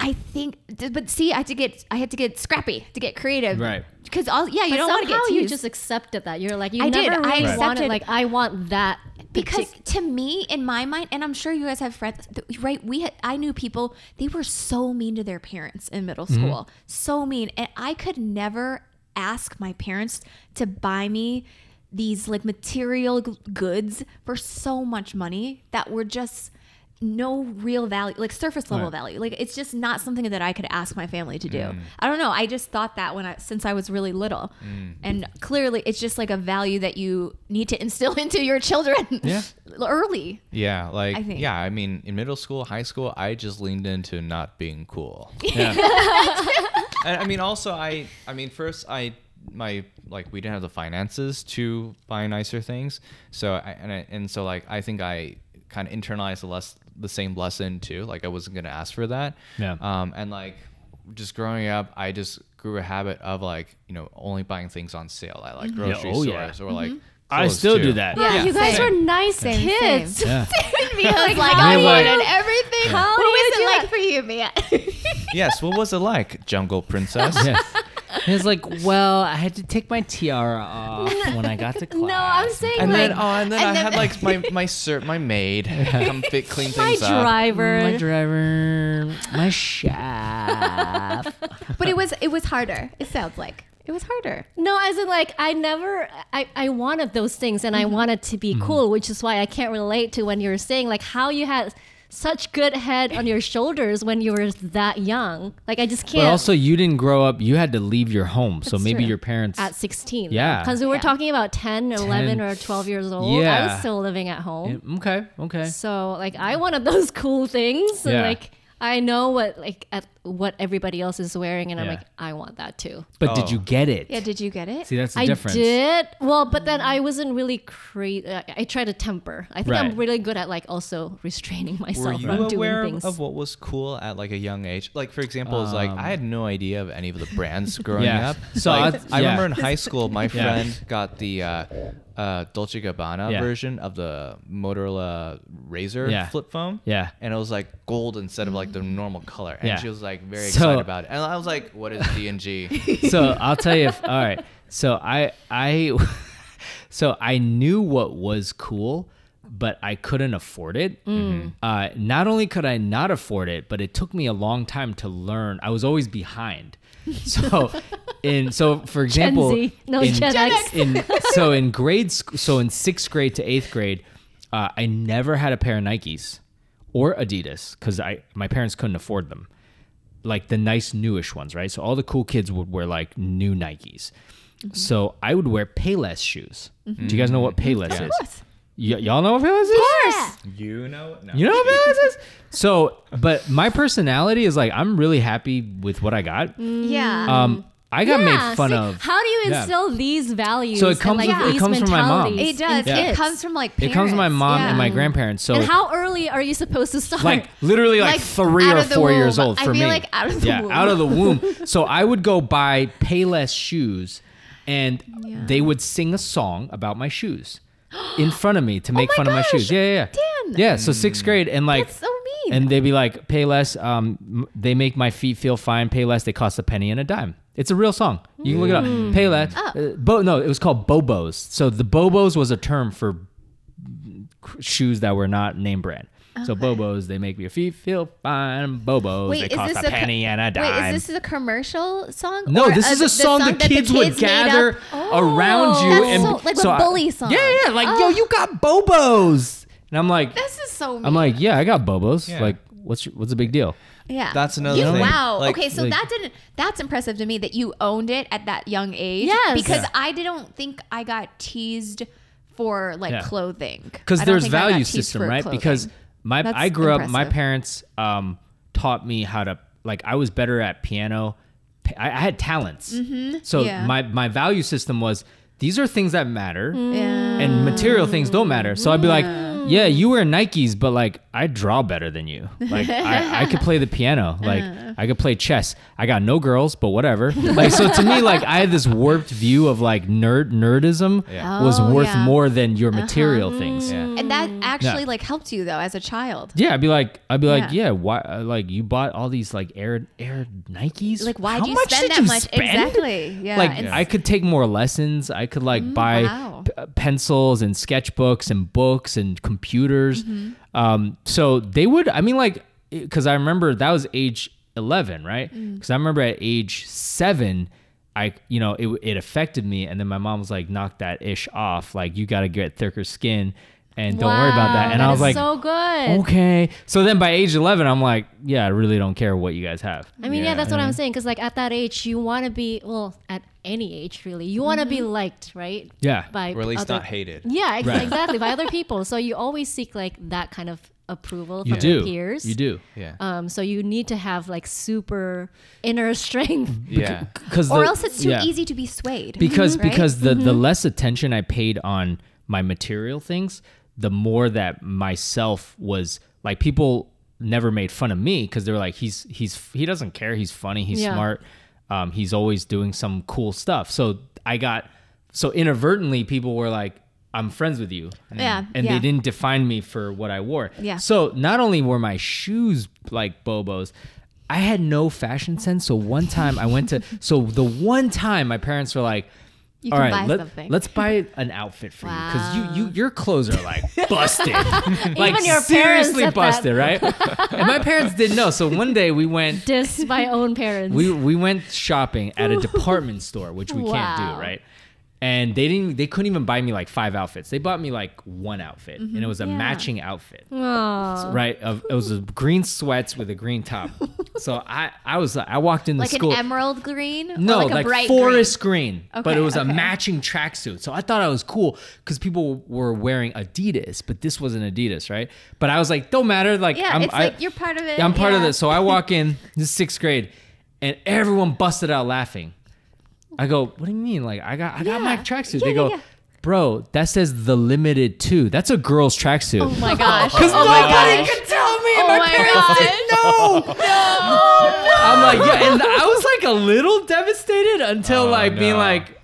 Speaker 4: I think, but see, I had to get, I had to get scrappy to get creative,
Speaker 2: Right.
Speaker 4: Because all, yeah, you
Speaker 3: But
Speaker 4: don't want to
Speaker 3: somehow
Speaker 4: get
Speaker 3: you
Speaker 4: teased.
Speaker 3: just accepted that. You're like you
Speaker 4: I
Speaker 3: never
Speaker 4: did. I
Speaker 3: really wanted
Speaker 4: accepted-
Speaker 3: like I want *laughs* that
Speaker 4: because
Speaker 3: partic-
Speaker 4: to me, in my mind, and I'm sure you guys have friends, th- right? We, had, I knew people they were so mean to their parents in middle
Speaker 2: Mm-hmm.
Speaker 4: school, so mean, and I could never ask my parents to buy me these like material g- goods for so much money that were just no real value like surface level
Speaker 2: Right. Mm.
Speaker 4: value like it's just not something that i could ask my family to do i don't know i just thought that when i since i was really little
Speaker 2: Mm.
Speaker 4: and clearly it's just like a value that you need to instill *laughs* into your children
Speaker 2: Yeah.
Speaker 4: early
Speaker 1: Yeah, like
Speaker 4: I think.
Speaker 1: yeah, I mean, in middle school, high school, I just leaned into not being cool.
Speaker 2: Yeah.
Speaker 3: *laughs*
Speaker 1: and I mean, also, I, I mean, first, I, my, like, we didn't have the finances to buy nicer things, so I, and I, and so like, I think I kind of internalized the less the same lesson too. Like, I wasn't gonna ask for that.
Speaker 2: Yeah.
Speaker 1: Um, and like, just growing up, I just grew a habit of like, you know, only buying things on sale at like grocery
Speaker 2: oh, yeah.
Speaker 1: stores or like.
Speaker 2: I
Speaker 1: clothes,
Speaker 2: still do
Speaker 1: too.
Speaker 2: that.
Speaker 3: Yeah, Oh, you guys
Speaker 1: same.
Speaker 3: were nice
Speaker 4: Same,
Speaker 3: kids.
Speaker 2: Yeah.
Speaker 4: *laughs* because like
Speaker 2: how
Speaker 4: i
Speaker 2: do
Speaker 4: wanted
Speaker 2: you-
Speaker 4: everything what was it like for you *laughs* mia
Speaker 1: Yes. What was it like, Jungle
Speaker 2: *laughs*
Speaker 1: Princess?
Speaker 2: Yes. And It's like, well, I had to take my tiara off when I got to class.
Speaker 3: *laughs* *laughs* No, I'm saying
Speaker 1: And
Speaker 3: like
Speaker 1: then, oh, and then I
Speaker 4: and then-
Speaker 1: had like my my ser- my maid come fit clean
Speaker 3: my
Speaker 1: things up.
Speaker 3: driver.
Speaker 2: my driver, my chef.
Speaker 4: but it was it was harder it sounds like it was harder
Speaker 3: No, as in like I never I, I wanted those things and I wanted to
Speaker 2: Mm-hmm.
Speaker 3: be cool, which is why I can't relate to when you were saying like how you had such good head on your shoulders when you were that young. Like I just
Speaker 2: But
Speaker 3: can't
Speaker 2: also, you didn't grow up. You had to leave your home, so
Speaker 4: That's
Speaker 2: maybe
Speaker 4: true.
Speaker 2: your parents.
Speaker 3: at 16.
Speaker 2: Yeah.
Speaker 3: Because we were
Speaker 4: Yeah.
Speaker 3: talking about 10, 11 or 12 years old. I
Speaker 2: Yeah.
Speaker 3: was still living at home.
Speaker 2: Mm, okay, okay.
Speaker 3: So like I wanted those *laughs* cool things. And
Speaker 2: Yeah.
Speaker 3: like I know what like at what everybody else is wearing and I'm
Speaker 2: Yeah.
Speaker 3: like, I want that too.
Speaker 2: But did you
Speaker 1: Oh.
Speaker 2: get it?
Speaker 4: yeah did you get it
Speaker 2: See, that's the
Speaker 3: I
Speaker 2: difference.
Speaker 3: did well, but then I wasn't really crazy. I, I try to temper. I think
Speaker 2: Right.
Speaker 3: I'm really good at like also restraining
Speaker 1: Were
Speaker 3: myself
Speaker 1: you
Speaker 3: from
Speaker 1: aware
Speaker 3: doing things.
Speaker 1: of what was cool at like a young age? Like for example, is like I had no idea of any of the
Speaker 2: *laughs*
Speaker 1: brands growing
Speaker 2: Um, Yeah.
Speaker 1: up.
Speaker 2: So
Speaker 1: So like,
Speaker 2: I'd-
Speaker 1: I
Speaker 2: yeah.
Speaker 1: remember in
Speaker 2: *laughs*
Speaker 1: high school, my
Speaker 2: Yeah.
Speaker 1: friend got the uh, uh, Dolce Gabbana
Speaker 2: Yeah.
Speaker 1: version of the Motorola Razor
Speaker 2: Yeah.
Speaker 1: flip phone.
Speaker 2: Yeah.
Speaker 1: and it was like gold instead of like the normal color. And
Speaker 2: Yeah.
Speaker 1: she was like very
Speaker 2: So-
Speaker 1: excited about it. And I was like, "What is D and
Speaker 2: *laughs*
Speaker 1: G?"
Speaker 2: so I'll tell you. If, all right. So I I *laughs* so I knew what was cool, but I couldn't afford it.
Speaker 3: Mm. Mm-hmm.
Speaker 2: Uh, not only could I not afford it, but it took me a long time to learn. I was always behind. So
Speaker 3: *laughs*
Speaker 2: in so for example,
Speaker 3: Z. No,
Speaker 2: in,
Speaker 3: Gen
Speaker 2: *laughs*
Speaker 3: X.
Speaker 2: in- so in grade sc- so in sixth grade to eighth grade, uh, I never had a pair of Nikes or Adidas because I my parents couldn't afford them like the nice newish ones, right? So all the cool kids would wear like new Nikes. So I would wear Payless shoes. Do you guys know what Payless is? Y- y'all know what Payless is? Of course.
Speaker 1: you know, no.
Speaker 2: You know what Payless is? So, but my personality is like I'm really happy with what I got.
Speaker 4: yeah Mm.
Speaker 2: Um, I got
Speaker 3: Mm. Yeah,
Speaker 2: made fun
Speaker 3: see,
Speaker 2: of.
Speaker 3: How do you
Speaker 2: Yeah.
Speaker 3: instill these values?
Speaker 2: So it comes
Speaker 3: and, like,
Speaker 2: with- it
Speaker 3: these
Speaker 2: comes from my mom.
Speaker 3: mentalities
Speaker 4: it does
Speaker 3: in
Speaker 2: Yeah.
Speaker 4: it
Speaker 3: kids?
Speaker 4: comes from like
Speaker 2: it
Speaker 4: parents.
Speaker 2: comes from my mom
Speaker 4: yeah.
Speaker 2: and my grandparents. So
Speaker 3: and how early are you supposed to start?
Speaker 2: like literally like,
Speaker 4: Like,
Speaker 2: three
Speaker 4: out
Speaker 2: or
Speaker 4: of the
Speaker 2: four years
Speaker 4: womb.
Speaker 2: old
Speaker 4: I
Speaker 2: for
Speaker 4: feel
Speaker 2: me.
Speaker 4: *laughs* like out of the
Speaker 2: yeah,
Speaker 4: womb.
Speaker 2: out of the womb. So I would go buy Payless shoes and they would sing a song about my shoes in front of me to
Speaker 4: *gasps*
Speaker 2: make
Speaker 4: Oh
Speaker 5: my
Speaker 2: fun of my
Speaker 5: gosh,
Speaker 2: shoes. Yeah, yeah, yeah.
Speaker 5: Dan.
Speaker 2: Yeah, so sixth grade and like
Speaker 5: That's so mean.
Speaker 2: and they'd be like, "Pay less." Um, m- they make my feet feel fine. Pay less. They cost a penny and a dime. It's a real song. You can look it
Speaker 5: Hmm.
Speaker 2: up. Pay less.
Speaker 5: Oh.
Speaker 2: Uh, bo- no, it was called Bobos. So the Bobos was a term for cr- shoes that were not name brand. So Bobos, they make your feet feel fine. Bobos,
Speaker 5: Wait,
Speaker 2: they
Speaker 5: is
Speaker 2: cost
Speaker 5: this
Speaker 2: a
Speaker 5: a co-
Speaker 2: penny and a dime.
Speaker 5: Wait, is this a commercial song?
Speaker 2: no,
Speaker 5: Or
Speaker 2: this is a
Speaker 5: the
Speaker 2: song the,
Speaker 5: that
Speaker 2: kids, would
Speaker 5: made up? Oh,
Speaker 2: gather around you
Speaker 5: That's
Speaker 2: and
Speaker 5: so- like a
Speaker 2: I-
Speaker 5: bully song. Oh.
Speaker 2: Yeah, yeah, like yo, you got Bobos, and I'm like,
Speaker 5: This is so mean.
Speaker 2: I'm like, yeah, I got Bobos.
Speaker 1: Yeah.
Speaker 2: Like, what's your, what's the big deal?
Speaker 5: yeah.
Speaker 1: That's another
Speaker 5: You-
Speaker 1: thing.
Speaker 5: Wow.
Speaker 1: Like-
Speaker 5: okay, so
Speaker 2: like-
Speaker 5: that
Speaker 4: that didn't that's impressive to me that you owned it at that young age
Speaker 3: Yes.
Speaker 4: because
Speaker 2: Yeah.
Speaker 4: i don't think i got teased for like
Speaker 2: Yeah.
Speaker 4: clothing
Speaker 2: because
Speaker 4: I don't
Speaker 2: there's
Speaker 4: think I got
Speaker 2: value
Speaker 4: teased
Speaker 2: system
Speaker 4: for
Speaker 2: right
Speaker 4: clothing.
Speaker 2: because my
Speaker 4: That's
Speaker 2: i grew up my
Speaker 4: impressive.
Speaker 2: parents um, taught me how to like i was better at piano Pa- i, I had talents so
Speaker 4: Mm-hmm. yeah.
Speaker 2: my, my value system was these are things that matter
Speaker 4: yeah
Speaker 2: and material things don't matter so i'd be like yeah you wear nikes but like i draw better than you like I, I could play the
Speaker 4: *laughs*
Speaker 2: piano like
Speaker 4: Uh-huh.
Speaker 2: i could play chess i got no girls but whatever like so to me like i had this warped view of like nerd nerdism
Speaker 1: Yeah.
Speaker 2: was
Speaker 4: Oh,
Speaker 2: worth
Speaker 4: yeah. Uh-huh. Mm.
Speaker 2: more than your material things
Speaker 1: Yeah.
Speaker 4: and that actually like helped you though as a child
Speaker 2: yeah, I'd be like, I'd be like,
Speaker 4: Yeah.
Speaker 2: yeah, why? Uh, like, you bought all these like Air Air Nikes.
Speaker 4: Like, why'd
Speaker 2: How
Speaker 4: you
Speaker 2: much
Speaker 4: spend
Speaker 2: did
Speaker 4: that
Speaker 2: you
Speaker 4: much?
Speaker 2: spend? *laughs*
Speaker 4: Exactly. Yeah.
Speaker 2: Like,
Speaker 4: And-
Speaker 2: I could take more lessons. I could like buy
Speaker 4: wow.
Speaker 2: p- uh, pencils and sketchbooks and books and computers.
Speaker 4: Mm-hmm.
Speaker 2: Um, so they would. I mean, like, because I remember that was age eleven, right?
Speaker 4: Mm.
Speaker 2: Because I remember at age seven. I, you know, it, it affected me. And then my mom was like, knock that ish off. Like, you got to get thicker skin and don't worry about that.
Speaker 3: Wow,
Speaker 2: And I was
Speaker 3: is
Speaker 2: like, "Oh,
Speaker 3: so good.
Speaker 2: okay. So then by age 11, I'm like, yeah, I really don't care what you guys have.
Speaker 3: I mean, yeah,
Speaker 1: Yeah.
Speaker 3: that's what I'm saying. Because like at that age, you want to be well, at any age really, you want to be liked, right?
Speaker 2: Yeah.
Speaker 3: By
Speaker 1: Mm-hmm. Or at least
Speaker 3: other,
Speaker 1: not hated.
Speaker 3: Yeah, ex-
Speaker 2: Right.
Speaker 3: exactly
Speaker 1: *laughs*
Speaker 3: by other people. So you always seek like that kind of approval
Speaker 2: You
Speaker 3: from
Speaker 2: do.
Speaker 3: your peers.
Speaker 2: You do.
Speaker 1: Yeah.
Speaker 3: Um, so you need to have like super inner *laughs* strength.
Speaker 2: *laughs*
Speaker 1: yeah.
Speaker 2: Because
Speaker 4: or else it's too easy to be swayed
Speaker 2: Because
Speaker 4: right? Mm-hmm.
Speaker 2: because the, the less attention I paid on my material things, the more that myself was like people never made fun of me because they were like he's he's he doesn't care he's funny he's
Speaker 3: Yeah.
Speaker 2: smart um, he's always doing some cool stuff so I got so inadvertently people were like I'm friends with you
Speaker 4: yeah
Speaker 2: and
Speaker 4: yeah.
Speaker 2: they didn't define me for what I wore.
Speaker 4: Yeah.
Speaker 2: So not only were my shoes like Bobos, I had no fashion sense. So one time I went
Speaker 4: *laughs*
Speaker 2: to so the one time my parents were like, "All
Speaker 4: can
Speaker 2: right,
Speaker 4: buy
Speaker 2: let,
Speaker 4: something."
Speaker 2: let's buy an outfit for you because you you your clothes are
Speaker 4: *laughs*
Speaker 2: like busted, like
Speaker 3: Even your parents
Speaker 2: seriously
Speaker 3: said that.
Speaker 2: busted, right?" and my parents didn't know. So one day we went
Speaker 3: Diss my own parents.
Speaker 2: we we went shopping at a department store, which we can't
Speaker 3: Wow.
Speaker 2: do, right? And they didn't they couldn't even buy me like five outfits. They bought me like one outfit, and it was a matching outfit,
Speaker 3: Aw.
Speaker 2: right? Of it was a green sweats with a green top. so I I was like- I walked into
Speaker 4: like
Speaker 2: school.
Speaker 4: an emerald green Or
Speaker 2: no,
Speaker 4: like a
Speaker 2: like,
Speaker 4: bright
Speaker 2: forest green, but
Speaker 4: Okay,
Speaker 2: it was a
Speaker 4: okay.
Speaker 2: matching tracksuit. So I thought I was cool because people were wearing Adidas, but this wasn't Adidas, right? But I was like, don't matter. Like,
Speaker 4: green. yeah
Speaker 2: I'm,
Speaker 4: it's
Speaker 2: I-
Speaker 4: like you're part of it
Speaker 2: yeah, I'm part of
Speaker 4: yeah.
Speaker 2: this. So I walk in, this is sixth grade, and everyone busted out laughing. I go, what do you mean? Like I got I got my tracksuit. they go, bro, that says the limited two. That's a girl's tracksuit.
Speaker 4: oh
Speaker 2: *laughs*
Speaker 4: my gosh
Speaker 2: Because
Speaker 4: oh my
Speaker 2: nobody
Speaker 4: gosh.
Speaker 2: could tell me.
Speaker 4: Oh
Speaker 2: my,
Speaker 4: my
Speaker 2: parents
Speaker 4: gosh.
Speaker 2: didn't know.
Speaker 4: *laughs* Oh,
Speaker 2: I'm like, yeah, and I was like a little devastated until
Speaker 1: Oh,
Speaker 2: like being
Speaker 1: no.
Speaker 2: like,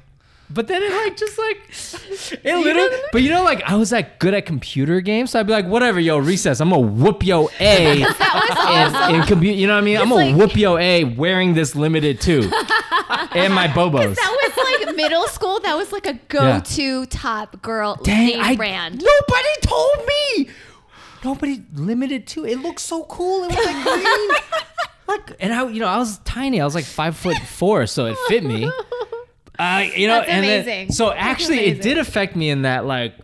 Speaker 2: but then it like just like it little. But you know, like I was like good at computer games, so I'd be like, whatever, yo, recess. I'm gonna whoop yo a. in, in computer, you know what I mean? I'm gonna whoop yo a wearing this limited too, and my bobos.
Speaker 4: that
Speaker 2: *laughs*
Speaker 4: was like middle school. That was like a go-to top girl name
Speaker 2: I-
Speaker 4: brand.
Speaker 2: Nobody told me. Nobody limited to. It looked so cool. It was like
Speaker 4: *laughs*
Speaker 2: green. like, and I, you know, I was tiny. I was like five foot four, so it fit
Speaker 4: *laughs*
Speaker 2: me. Uh, you know,
Speaker 4: That's
Speaker 2: and then-
Speaker 4: amazing.
Speaker 2: so
Speaker 4: That's
Speaker 2: actually,
Speaker 4: amazing.
Speaker 2: it did affect me in that, like,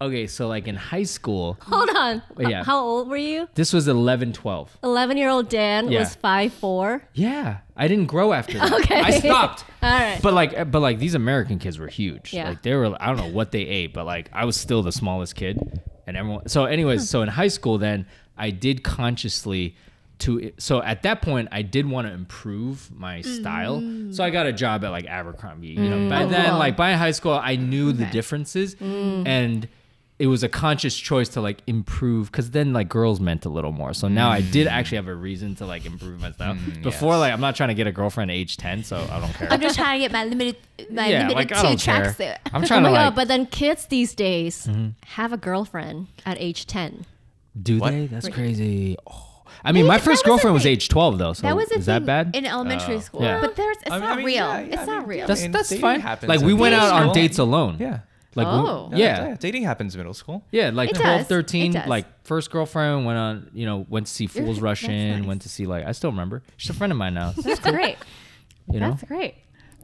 Speaker 2: okay, so like in high school,
Speaker 3: *laughs* Hold on.
Speaker 2: Wait, yeah.
Speaker 3: How old were you?
Speaker 2: this was 11, 12.
Speaker 3: 11 year old Dan
Speaker 2: Yeah.
Speaker 3: was five four.
Speaker 2: Yeah, I didn't grow after that.
Speaker 3: Okay.
Speaker 2: I
Speaker 4: *laughs*
Speaker 2: stopped.
Speaker 3: All right.
Speaker 2: But like, but like these American kids were huge.
Speaker 3: Yeah.
Speaker 2: Like they were, I don't know what they ate, but like I was still the smallest kid, and everyone. So, anyways, so in high school, then I did consciously to. So at that point, I did want to improve my style. So I got a job at like Abercrombie. You know, by then, like by high school, I knew the differences, and it was a conscious choice to like improve because then like girls meant a little more. So now I did actually have a reason to like improve myself. Before,
Speaker 1: yes.
Speaker 2: like I'm not trying to get a girlfriend at age ten, so I don't care.
Speaker 4: I'm just trying to get my limited, my
Speaker 2: yeah,
Speaker 4: limited
Speaker 2: like I
Speaker 4: two
Speaker 2: don't
Speaker 4: tracks
Speaker 2: care.
Speaker 4: there. *laughs*
Speaker 2: I'm
Speaker 3: Oh
Speaker 2: trying
Speaker 3: my
Speaker 2: to like Mm-hmm.
Speaker 3: god! But then kids these days have a girlfriend at age ten.
Speaker 2: do
Speaker 1: What?
Speaker 2: they? That's crazy. Oh. I mean, my first girlfriend was, age twelve though. So
Speaker 4: That was a
Speaker 2: is that
Speaker 4: thing
Speaker 2: bad? Oh,
Speaker 4: in elementary school,
Speaker 2: Yeah.
Speaker 4: but there's it's
Speaker 1: I mean-
Speaker 4: not
Speaker 1: I mean,
Speaker 4: real.
Speaker 1: yeah, yeah,
Speaker 4: it's
Speaker 1: I
Speaker 4: not
Speaker 1: mean,
Speaker 4: real.
Speaker 2: that's
Speaker 1: I mean,
Speaker 2: that's
Speaker 1: dating
Speaker 2: fine.
Speaker 1: happens
Speaker 2: Like
Speaker 1: in
Speaker 2: we went
Speaker 1: middle
Speaker 2: out on
Speaker 1: school.
Speaker 2: dates alone.
Speaker 1: Yeah.
Speaker 2: Like we-
Speaker 4: Oh.
Speaker 1: No,
Speaker 2: yeah.
Speaker 1: Dating happens in middle school.
Speaker 2: Yeah, like
Speaker 4: It
Speaker 2: 12,
Speaker 4: does. It
Speaker 2: 13,
Speaker 4: does.
Speaker 2: like first girlfriend went on, you know, went to see Fools Rush In, went to see like I still remember. She's a friend of mine now.
Speaker 4: that's *laughs* great.
Speaker 2: *laughs* You know?
Speaker 4: That's great.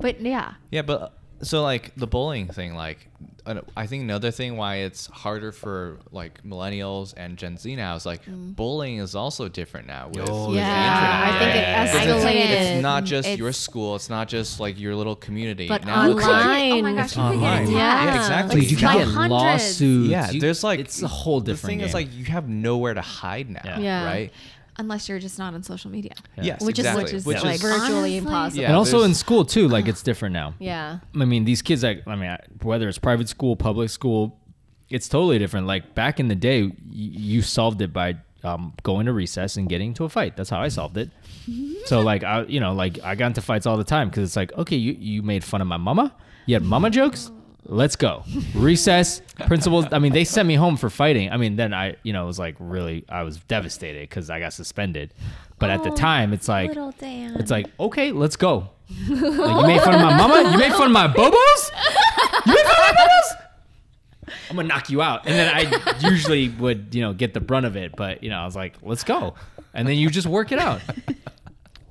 Speaker 4: But yeah,
Speaker 1: Yeah, but uh, so like the bullying thing, like an- I think another thing why it's harder for like millennials and Gen Z now is like
Speaker 3: Mm.
Speaker 1: bullying is also different now with
Speaker 2: Oh,
Speaker 1: with
Speaker 2: Yeah,
Speaker 1: the internet.
Speaker 3: I think it
Speaker 1: Because it's-
Speaker 3: escalated.
Speaker 1: It's not just
Speaker 4: It's-
Speaker 1: your school. It's not just like your little community.
Speaker 3: But
Speaker 1: now it's like
Speaker 3: online,
Speaker 4: oh my gosh, you could get
Speaker 1: online.
Speaker 4: attacked.
Speaker 3: Yeah.
Speaker 1: Yeah, exactly.
Speaker 2: Dude,
Speaker 4: Like
Speaker 2: you can
Speaker 4: by
Speaker 2: get
Speaker 4: hundreds.
Speaker 2: lawsuits.
Speaker 1: yeah,
Speaker 2: You-
Speaker 1: there's like
Speaker 2: it's a whole different
Speaker 1: The thing is
Speaker 2: game.
Speaker 1: like you have nowhere to hide now,
Speaker 2: Yeah.
Speaker 3: Yeah.
Speaker 1: right?
Speaker 4: Unless you're just not on social media.
Speaker 2: Yeah.
Speaker 1: Yes,
Speaker 3: Which is-
Speaker 1: exactly.
Speaker 3: which is, like, virtually impossible.
Speaker 1: Yeah,
Speaker 2: and also in
Speaker 1: there's-
Speaker 2: school too, like
Speaker 4: *sighs*
Speaker 2: it's different now.
Speaker 3: Yeah.
Speaker 2: I mean, these kids, like, I mean, I- whether it's private school, public school, it's totally different. Like back in the day, y- you solved it by um, going to recess and getting into a fight. That's how I solved it. so like, I, you know, like I got into fights all the time because it's like, okay, you, you made fun of my mama. You had mama jokes. Let's go. Recess, principals. I mean, they sent me home for fighting. I mean, then I, you know, was like really, I was devastated because I got suspended. But at the time, it's like,
Speaker 4: Little Dan.
Speaker 2: it's like, okay, let's go. Like, you made fun of my mama? You made fun of my bobos? You made fun of my bobos? I'm gonna knock you out. And then I usually would, you know, get the brunt of it, but you know, I was like, let's go. And then you just work it out.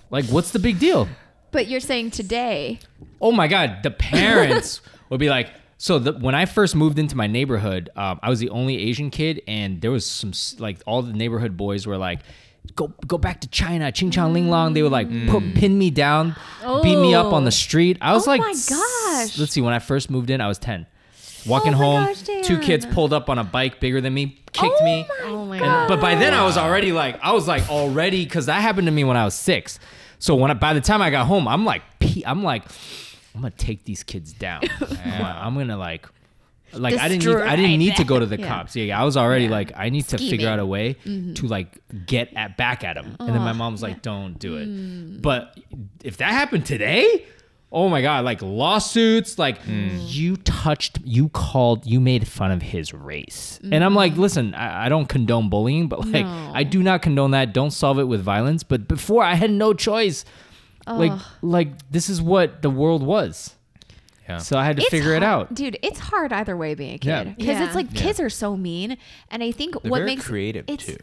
Speaker 2: Like, what's the big deal?
Speaker 4: But you're saying today,
Speaker 2: Oh my God, the
Speaker 4: *laughs*
Speaker 2: parents would be like, so the, when I first moved into my neighborhood, um, I was the only Asian kid, and there was some s- like all the neighborhood boys were like, "Go, go back to China, Ching Chong Ling Long." They would like put, pin me down, beat me up on the street. I was like,
Speaker 4: Mm. Oh. my
Speaker 2: s-
Speaker 4: gosh. Oh
Speaker 2: Let's see, when I first moved in, I was ten, walking
Speaker 4: my
Speaker 2: home,
Speaker 4: gosh,
Speaker 2: two
Speaker 4: Dan.
Speaker 2: kids pulled up on a bike bigger than me, kicked
Speaker 4: Oh
Speaker 2: me.
Speaker 4: my
Speaker 3: Oh my
Speaker 2: And-
Speaker 3: god.
Speaker 2: but by then I was already like I was like already because that happened to me when I was six. So when I, by the time I got home, I'm like pe- I'm like I'm gonna take these kids down. I'm, gonna- I'm gonna like like I didn't need, I didn't need to go to the cops. Yeah, I was already like I need to figure out a way to like get at back at him. And then my mom's like, "Don't do it." But if that happened today. Oh my god, like lawsuits, like you touched, you called, you made fun of his race. And I'm like, listen, I, I don't condone bullying, but like I do not condone that. Don't solve it with violence. But before I had no choice. Like like this is what the world was.
Speaker 1: Yeah.
Speaker 2: So I had to
Speaker 4: It's
Speaker 2: figure it
Speaker 4: hard-
Speaker 2: out.
Speaker 4: dude. It's hard either way being a
Speaker 2: Yeah.
Speaker 4: kid because
Speaker 3: Yeah.
Speaker 4: it's like kids are so mean, and I think
Speaker 1: They're
Speaker 4: what
Speaker 1: very
Speaker 4: makes
Speaker 1: creative,
Speaker 4: it's,
Speaker 1: too.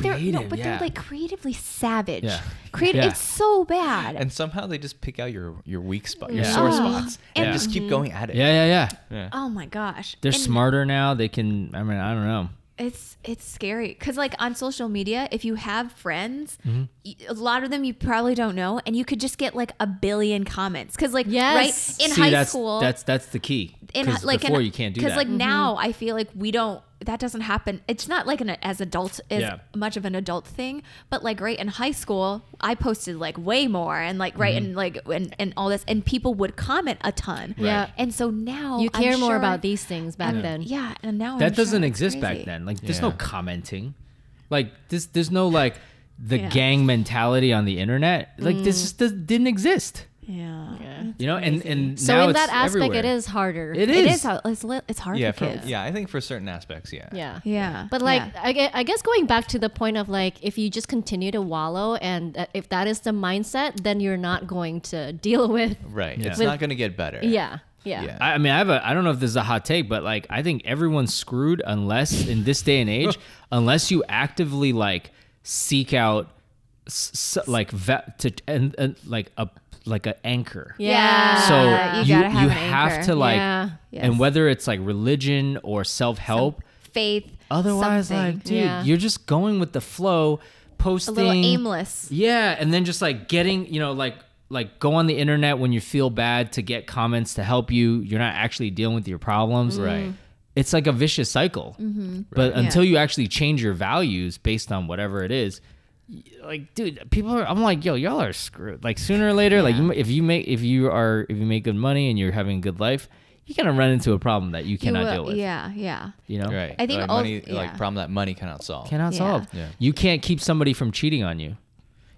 Speaker 4: They're, no,
Speaker 2: Creative,
Speaker 4: but
Speaker 2: yeah.
Speaker 4: they're like creatively savage.
Speaker 2: Yeah.
Speaker 4: Creative.
Speaker 2: Yeah.
Speaker 4: It's so bad.
Speaker 1: and somehow they just pick out your your weak spot, your
Speaker 2: Yeah.
Speaker 1: sore
Speaker 2: Oh.
Speaker 1: spots, and
Speaker 2: Yeah.
Speaker 1: just keep going at it.
Speaker 2: Yeah, yeah, yeah.
Speaker 4: oh my gosh.
Speaker 2: They're
Speaker 4: And
Speaker 2: smarter now. They can. I mean, I don't know.
Speaker 4: It's it's scary because like on social media, if you have friends,
Speaker 2: Mm-hmm.
Speaker 4: y- a lot of them you probably don't know, and you could just get like a billion comments because like
Speaker 3: Yes.
Speaker 4: right in
Speaker 2: See,
Speaker 4: high
Speaker 2: that's,
Speaker 4: school,
Speaker 2: That's that's the key.
Speaker 4: in
Speaker 2: 'Cause
Speaker 4: like
Speaker 2: before you can't do that.
Speaker 4: because like
Speaker 3: Mm-hmm.
Speaker 4: now I feel like we don't that doesn't happen. It's not like an as adult as
Speaker 2: Yeah.
Speaker 4: much of an adult thing, but like right in high school I posted like way more and like right
Speaker 2: Mm-hmm.
Speaker 4: and like and, and all this and people would comment a ton.
Speaker 3: Yeah.
Speaker 4: And so now
Speaker 3: you
Speaker 4: I'm
Speaker 3: care more
Speaker 4: sure-
Speaker 3: about these things back then.
Speaker 4: Yeah, and now
Speaker 2: that
Speaker 4: I'm sure
Speaker 2: doesn't
Speaker 4: it's
Speaker 2: exist back
Speaker 4: crazy.
Speaker 2: then. Like there's no
Speaker 1: Yeah.
Speaker 2: commenting. Like this there's no like the
Speaker 4: Yeah.
Speaker 2: gang mentality on the internet. Like
Speaker 4: Mm.
Speaker 2: this just does, didn't exist.
Speaker 4: Yeah.
Speaker 3: Mm-hmm.
Speaker 2: You know, and and
Speaker 3: So
Speaker 2: now
Speaker 3: in
Speaker 2: it's
Speaker 3: that aspect,
Speaker 2: everywhere.
Speaker 3: it is harder.
Speaker 2: It
Speaker 4: It
Speaker 2: is.
Speaker 4: is how- it's li- it's hard
Speaker 1: yeah,
Speaker 4: for
Speaker 1: for,
Speaker 4: kids.
Speaker 1: yeah. I think for certain aspects, yeah.
Speaker 3: yeah.
Speaker 4: Yeah.
Speaker 3: But like, I, gue- I guess going back to the point of like, if you just continue to wallow and uh, if that is the mindset, then you're not going to *laughs* deal with.
Speaker 1: Right.
Speaker 2: Yeah.
Speaker 1: It's
Speaker 3: With-
Speaker 1: not going to get better.
Speaker 3: Yeah. Yeah.
Speaker 1: Yeah.
Speaker 2: I I mean, I have a. I don't know if this is a hot take, but like, I think everyone's screwed unless in this day and
Speaker 4: *laughs*
Speaker 2: age, unless you actively like seek out, s- s- like va- to and, and like a like a anchor.
Speaker 3: Yeah.
Speaker 2: So
Speaker 4: Yeah,
Speaker 2: you
Speaker 4: you
Speaker 2: you,
Speaker 4: gotta have an
Speaker 2: have
Speaker 4: anchor.
Speaker 2: to like,
Speaker 3: Yeah.
Speaker 2: and whether it's like religion or self help,
Speaker 4: Faith.
Speaker 2: Oh. otherwise,
Speaker 4: something.
Speaker 2: like, dude,
Speaker 3: Yeah.
Speaker 2: you're just going with the flow,
Speaker 4: a
Speaker 2: posting
Speaker 4: little aimless.
Speaker 2: yeah, and then just like getting, you know, like like go on the internet when you feel bad to get comments to help you. You're not actually dealing with your problems.
Speaker 1: Right.
Speaker 2: It's like a vicious cycle. But until you actually change your values based on whatever it is, y- like dude, people are. I'm like, yo, y'all are screwed. Like sooner or later, like you, m- if you make if you are if you make good money and you're having a good life, you're gonna run into a problem that you cannot
Speaker 3: uh,
Speaker 5: will-
Speaker 2: deal with.
Speaker 5: Yeah, yeah.
Speaker 2: You know,
Speaker 1: Right.
Speaker 5: I think
Speaker 1: like
Speaker 5: all-
Speaker 1: money, like
Speaker 5: yeah.
Speaker 1: problem that money cannot solve.
Speaker 2: cannot
Speaker 5: Yeah.
Speaker 2: solve.
Speaker 1: Yeah.
Speaker 2: You can't keep somebody from cheating on you.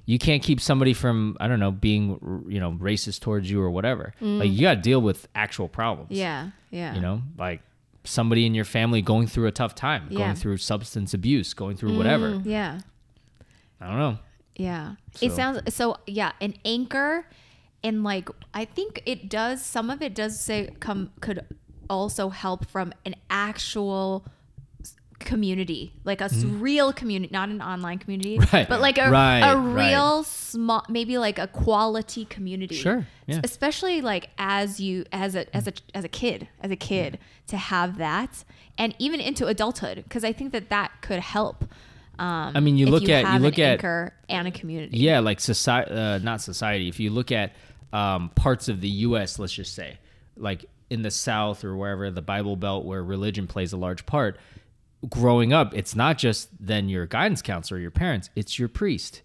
Speaker 2: You can't keep somebody from I don't know being r- you know racist towards you or whatever. Like you got to deal with actual problems.
Speaker 5: Yeah, yeah.
Speaker 2: You know, like somebody in your family going through a tough time,
Speaker 5: Yeah.
Speaker 2: going through substance abuse, going through
Speaker 4: Mm.
Speaker 2: whatever.
Speaker 5: Yeah.
Speaker 2: I don't know.
Speaker 5: Yeah.
Speaker 2: So-
Speaker 4: It sounds so yeah, an anchor and like I think it does some of it does say come could also help from an actual s- community, like a s- real community, not an online community,
Speaker 2: Mm-hmm. *laughs* Right.
Speaker 4: but like a,
Speaker 2: Right,
Speaker 4: a
Speaker 2: right.
Speaker 4: real small maybe like a quality community.
Speaker 2: Sure, yeah. Mm.
Speaker 4: S- Especially like as you as a as a as a kid, as a kid to have that and even into adulthood because I think that that could help. Um,
Speaker 2: I mean, you
Speaker 4: if
Speaker 2: look at- you
Speaker 4: have an
Speaker 2: look at-
Speaker 4: anchor and a community.
Speaker 2: Yeah, like society, uh, not society. If you look at um, parts of the U.S., let's just say, like in the South or wherever the Bible Belt, where religion plays a large part. Growing up, it's not just then your guidance counselor, or your parents. It's your priest.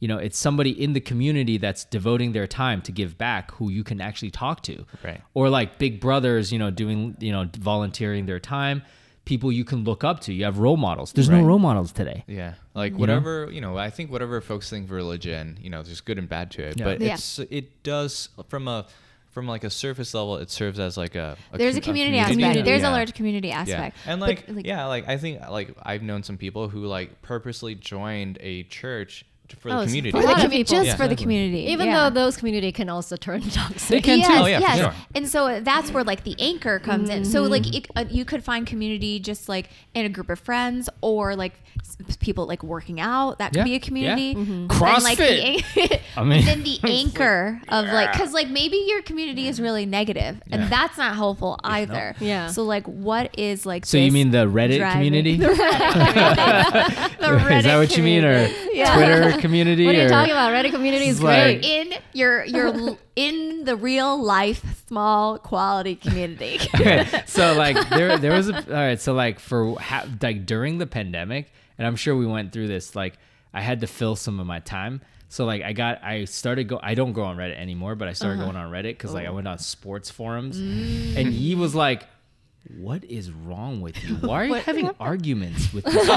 Speaker 2: You know, it's somebody in the community that's devoting their time to give back, who you can actually talk to.
Speaker 1: Right.
Speaker 2: Or like big brothers, you know, doing you know volunteering their time. People you can look up to. You have role models. There's no
Speaker 1: Right.
Speaker 2: role models today.
Speaker 1: Yeah, like whatever you know. I think whatever folks think of religion, you know, there's good and bad to it.
Speaker 2: Yeah.
Speaker 1: But
Speaker 4: Yeah.
Speaker 1: it's it does from a from like a surface level, it serves as like a,
Speaker 4: There's
Speaker 1: co-
Speaker 4: a community aspect. There's a large community aspect.
Speaker 1: Yeah. And
Speaker 4: But,
Speaker 1: like, yeah, like I think like I've known some people who like purposely joined a church t- for
Speaker 4: Oh,
Speaker 1: the community.
Speaker 3: for A lot of
Speaker 5: Like,
Speaker 3: people-
Speaker 5: Just
Speaker 1: Yeah.
Speaker 5: for the community.
Speaker 3: Even
Speaker 5: yeah.
Speaker 3: though those community can also turn *laughs* toxic.
Speaker 2: They can
Speaker 4: yes,
Speaker 2: too.
Speaker 1: Oh, yeah, for
Speaker 4: yes.
Speaker 1: sure. Mm.
Speaker 4: And so that's where like the anchor comes in. So like it, uh, you could find community just like in a group of friends or like s- people like working out. That could
Speaker 2: Yeah,
Speaker 4: be
Speaker 2: yeah.
Speaker 4: a community.
Speaker 5: Mm-hmm.
Speaker 2: CrossFit.
Speaker 4: And, like, the an- *laughs*
Speaker 2: I mean-
Speaker 4: and then the anchor of like because like maybe your community is really negative and
Speaker 1: Yeah.
Speaker 4: that's not helpful either.
Speaker 3: Yeah.
Speaker 4: So like what is like
Speaker 2: So you
Speaker 4: this
Speaker 2: mean the Reddit
Speaker 4: driving-
Speaker 2: community? *laughs*
Speaker 4: the
Speaker 2: Is that
Speaker 4: Reddit
Speaker 2: what you mean, or Twitter community?
Speaker 3: What are
Speaker 2: or- *laughs*
Speaker 3: you talking about? Reddit community is
Speaker 2: It's like-
Speaker 3: great.
Speaker 4: in your
Speaker 2: *laughs*
Speaker 4: your l- in the real life small quality
Speaker 2: *laughs*
Speaker 4: community.
Speaker 2: Okay, so like there there was a all right. So like for ha- like during the pandemic, and I'm sure we went through this. Like I had to fill some of my time. So like I got I started go I don't go on Reddit anymore, but I started going on Reddit because like I went on sports forums, and he was like. What is wrong with you? Why are you having arguments with these people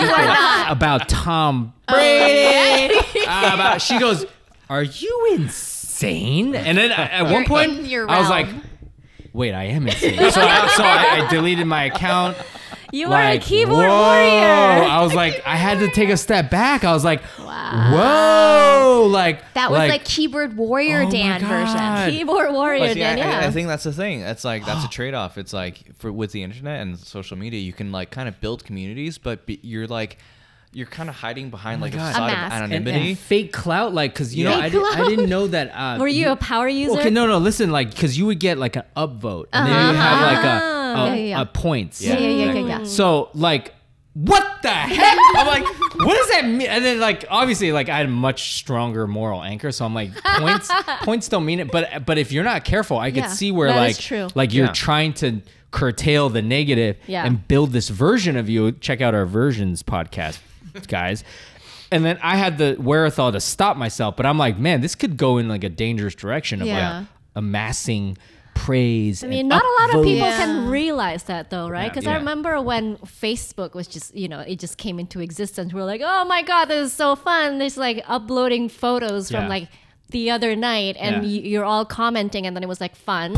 Speaker 2: about Tom Brady? Uh, about, she goes, "Are you insane?" And then I- at one point,
Speaker 4: in your
Speaker 2: I was like,
Speaker 4: realm.
Speaker 2: wait, I am insane. so I, so I, I deleted my account.
Speaker 3: *laughs* You are a
Speaker 2: like,
Speaker 3: keyboard
Speaker 2: whoa.
Speaker 3: warrior.
Speaker 2: I was like, I had to take a step back. I was like, whoa, like oh
Speaker 4: That was like, keyboard warrior
Speaker 2: my
Speaker 4: Dan version.
Speaker 2: God.
Speaker 3: Keyboard warrior,
Speaker 1: But see,
Speaker 3: Dan.
Speaker 1: I- I,
Speaker 3: Yeah.
Speaker 1: I think that's the thing. That's like that's a trade-off. It's like for with the internet and social media, you can like kind of build communities, but be, you're like you're kind of hiding behind like a
Speaker 2: God. A
Speaker 1: facade of
Speaker 4: mask.
Speaker 2: and,
Speaker 1: anonymity.
Speaker 2: and fake clout, like because you know
Speaker 1: Yeah.
Speaker 2: I,
Speaker 1: Fake
Speaker 2: di- I didn't know
Speaker 3: *laughs*
Speaker 2: that. Uh,
Speaker 3: Were you a power user?
Speaker 2: Okay, no, no. Listen, like, because you would get like an upvote, and then you have like a a,
Speaker 4: Yeah, yeah, yeah.
Speaker 2: a points.
Speaker 1: Yeah,
Speaker 4: yeah, yeah, yeah,
Speaker 1: exactly.
Speaker 4: yeah.
Speaker 2: So like, what the heck? I'm like, what does that mean? And then like, obviously, like I had a much stronger moral anchor, so I'm like, points points don't mean it. But but if you're not careful, I could
Speaker 3: Yeah,
Speaker 2: see where
Speaker 3: that
Speaker 2: like
Speaker 3: is true.
Speaker 2: like you're
Speaker 1: Yeah.
Speaker 2: trying to curtail the negative
Speaker 3: Yeah.
Speaker 2: and build this version of you. Check out our versions podcast, guys. And then I had the wherewithal to stop myself, but I'm like, man, this could go in like a dangerous direction of
Speaker 4: Yeah.
Speaker 2: like amassing praise.
Speaker 3: I mean, not a lot of people
Speaker 4: Yeah.
Speaker 3: can realize that though, right?
Speaker 2: Yeah.
Speaker 3: Because
Speaker 2: Yeah.
Speaker 3: I remember when Facebook was just, you know, it just came into existence. We were like, oh my God, this is so fun. There's like uploading photos
Speaker 2: Yeah.
Speaker 3: from like the other night and
Speaker 2: Yeah.
Speaker 3: y- you're all commenting and then it was like
Speaker 2: *laughs*
Speaker 3: fun.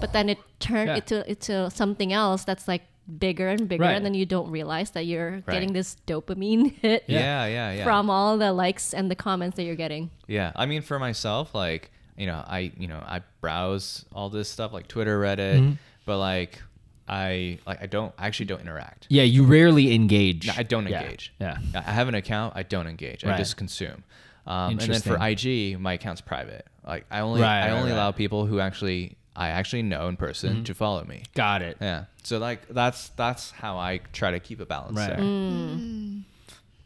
Speaker 3: but then it turned
Speaker 2: Yeah.
Speaker 3: into, into something else that's like bigger and bigger.
Speaker 2: Right.
Speaker 3: And then you don't realize that you're getting
Speaker 1: Right.
Speaker 3: this dopamine *laughs* hit
Speaker 1: yeah, yeah, yeah.
Speaker 3: from all the likes and the comments that you're getting.
Speaker 1: Yeah, I mean, for myself, like you know, I you know, I browse all this stuff like Twitter, Reddit, but like I like I don't I actually don't interact.
Speaker 2: Yeah, you rarely engage.
Speaker 1: No, I don't
Speaker 2: Yeah,
Speaker 1: engage.
Speaker 2: Yeah.
Speaker 1: I I have an account. I don't engage.
Speaker 2: Right.
Speaker 1: I just consume. Um, and then for IG, my account's private. Like I only
Speaker 2: Right,
Speaker 1: I
Speaker 2: right,
Speaker 1: only
Speaker 2: right. Mm-hmm.
Speaker 1: allow people who actually I actually know in person to follow me.
Speaker 2: Got it.
Speaker 1: Yeah. So like that's that's how I try to keep a balance
Speaker 2: Right.
Speaker 1: there.
Speaker 3: Mm.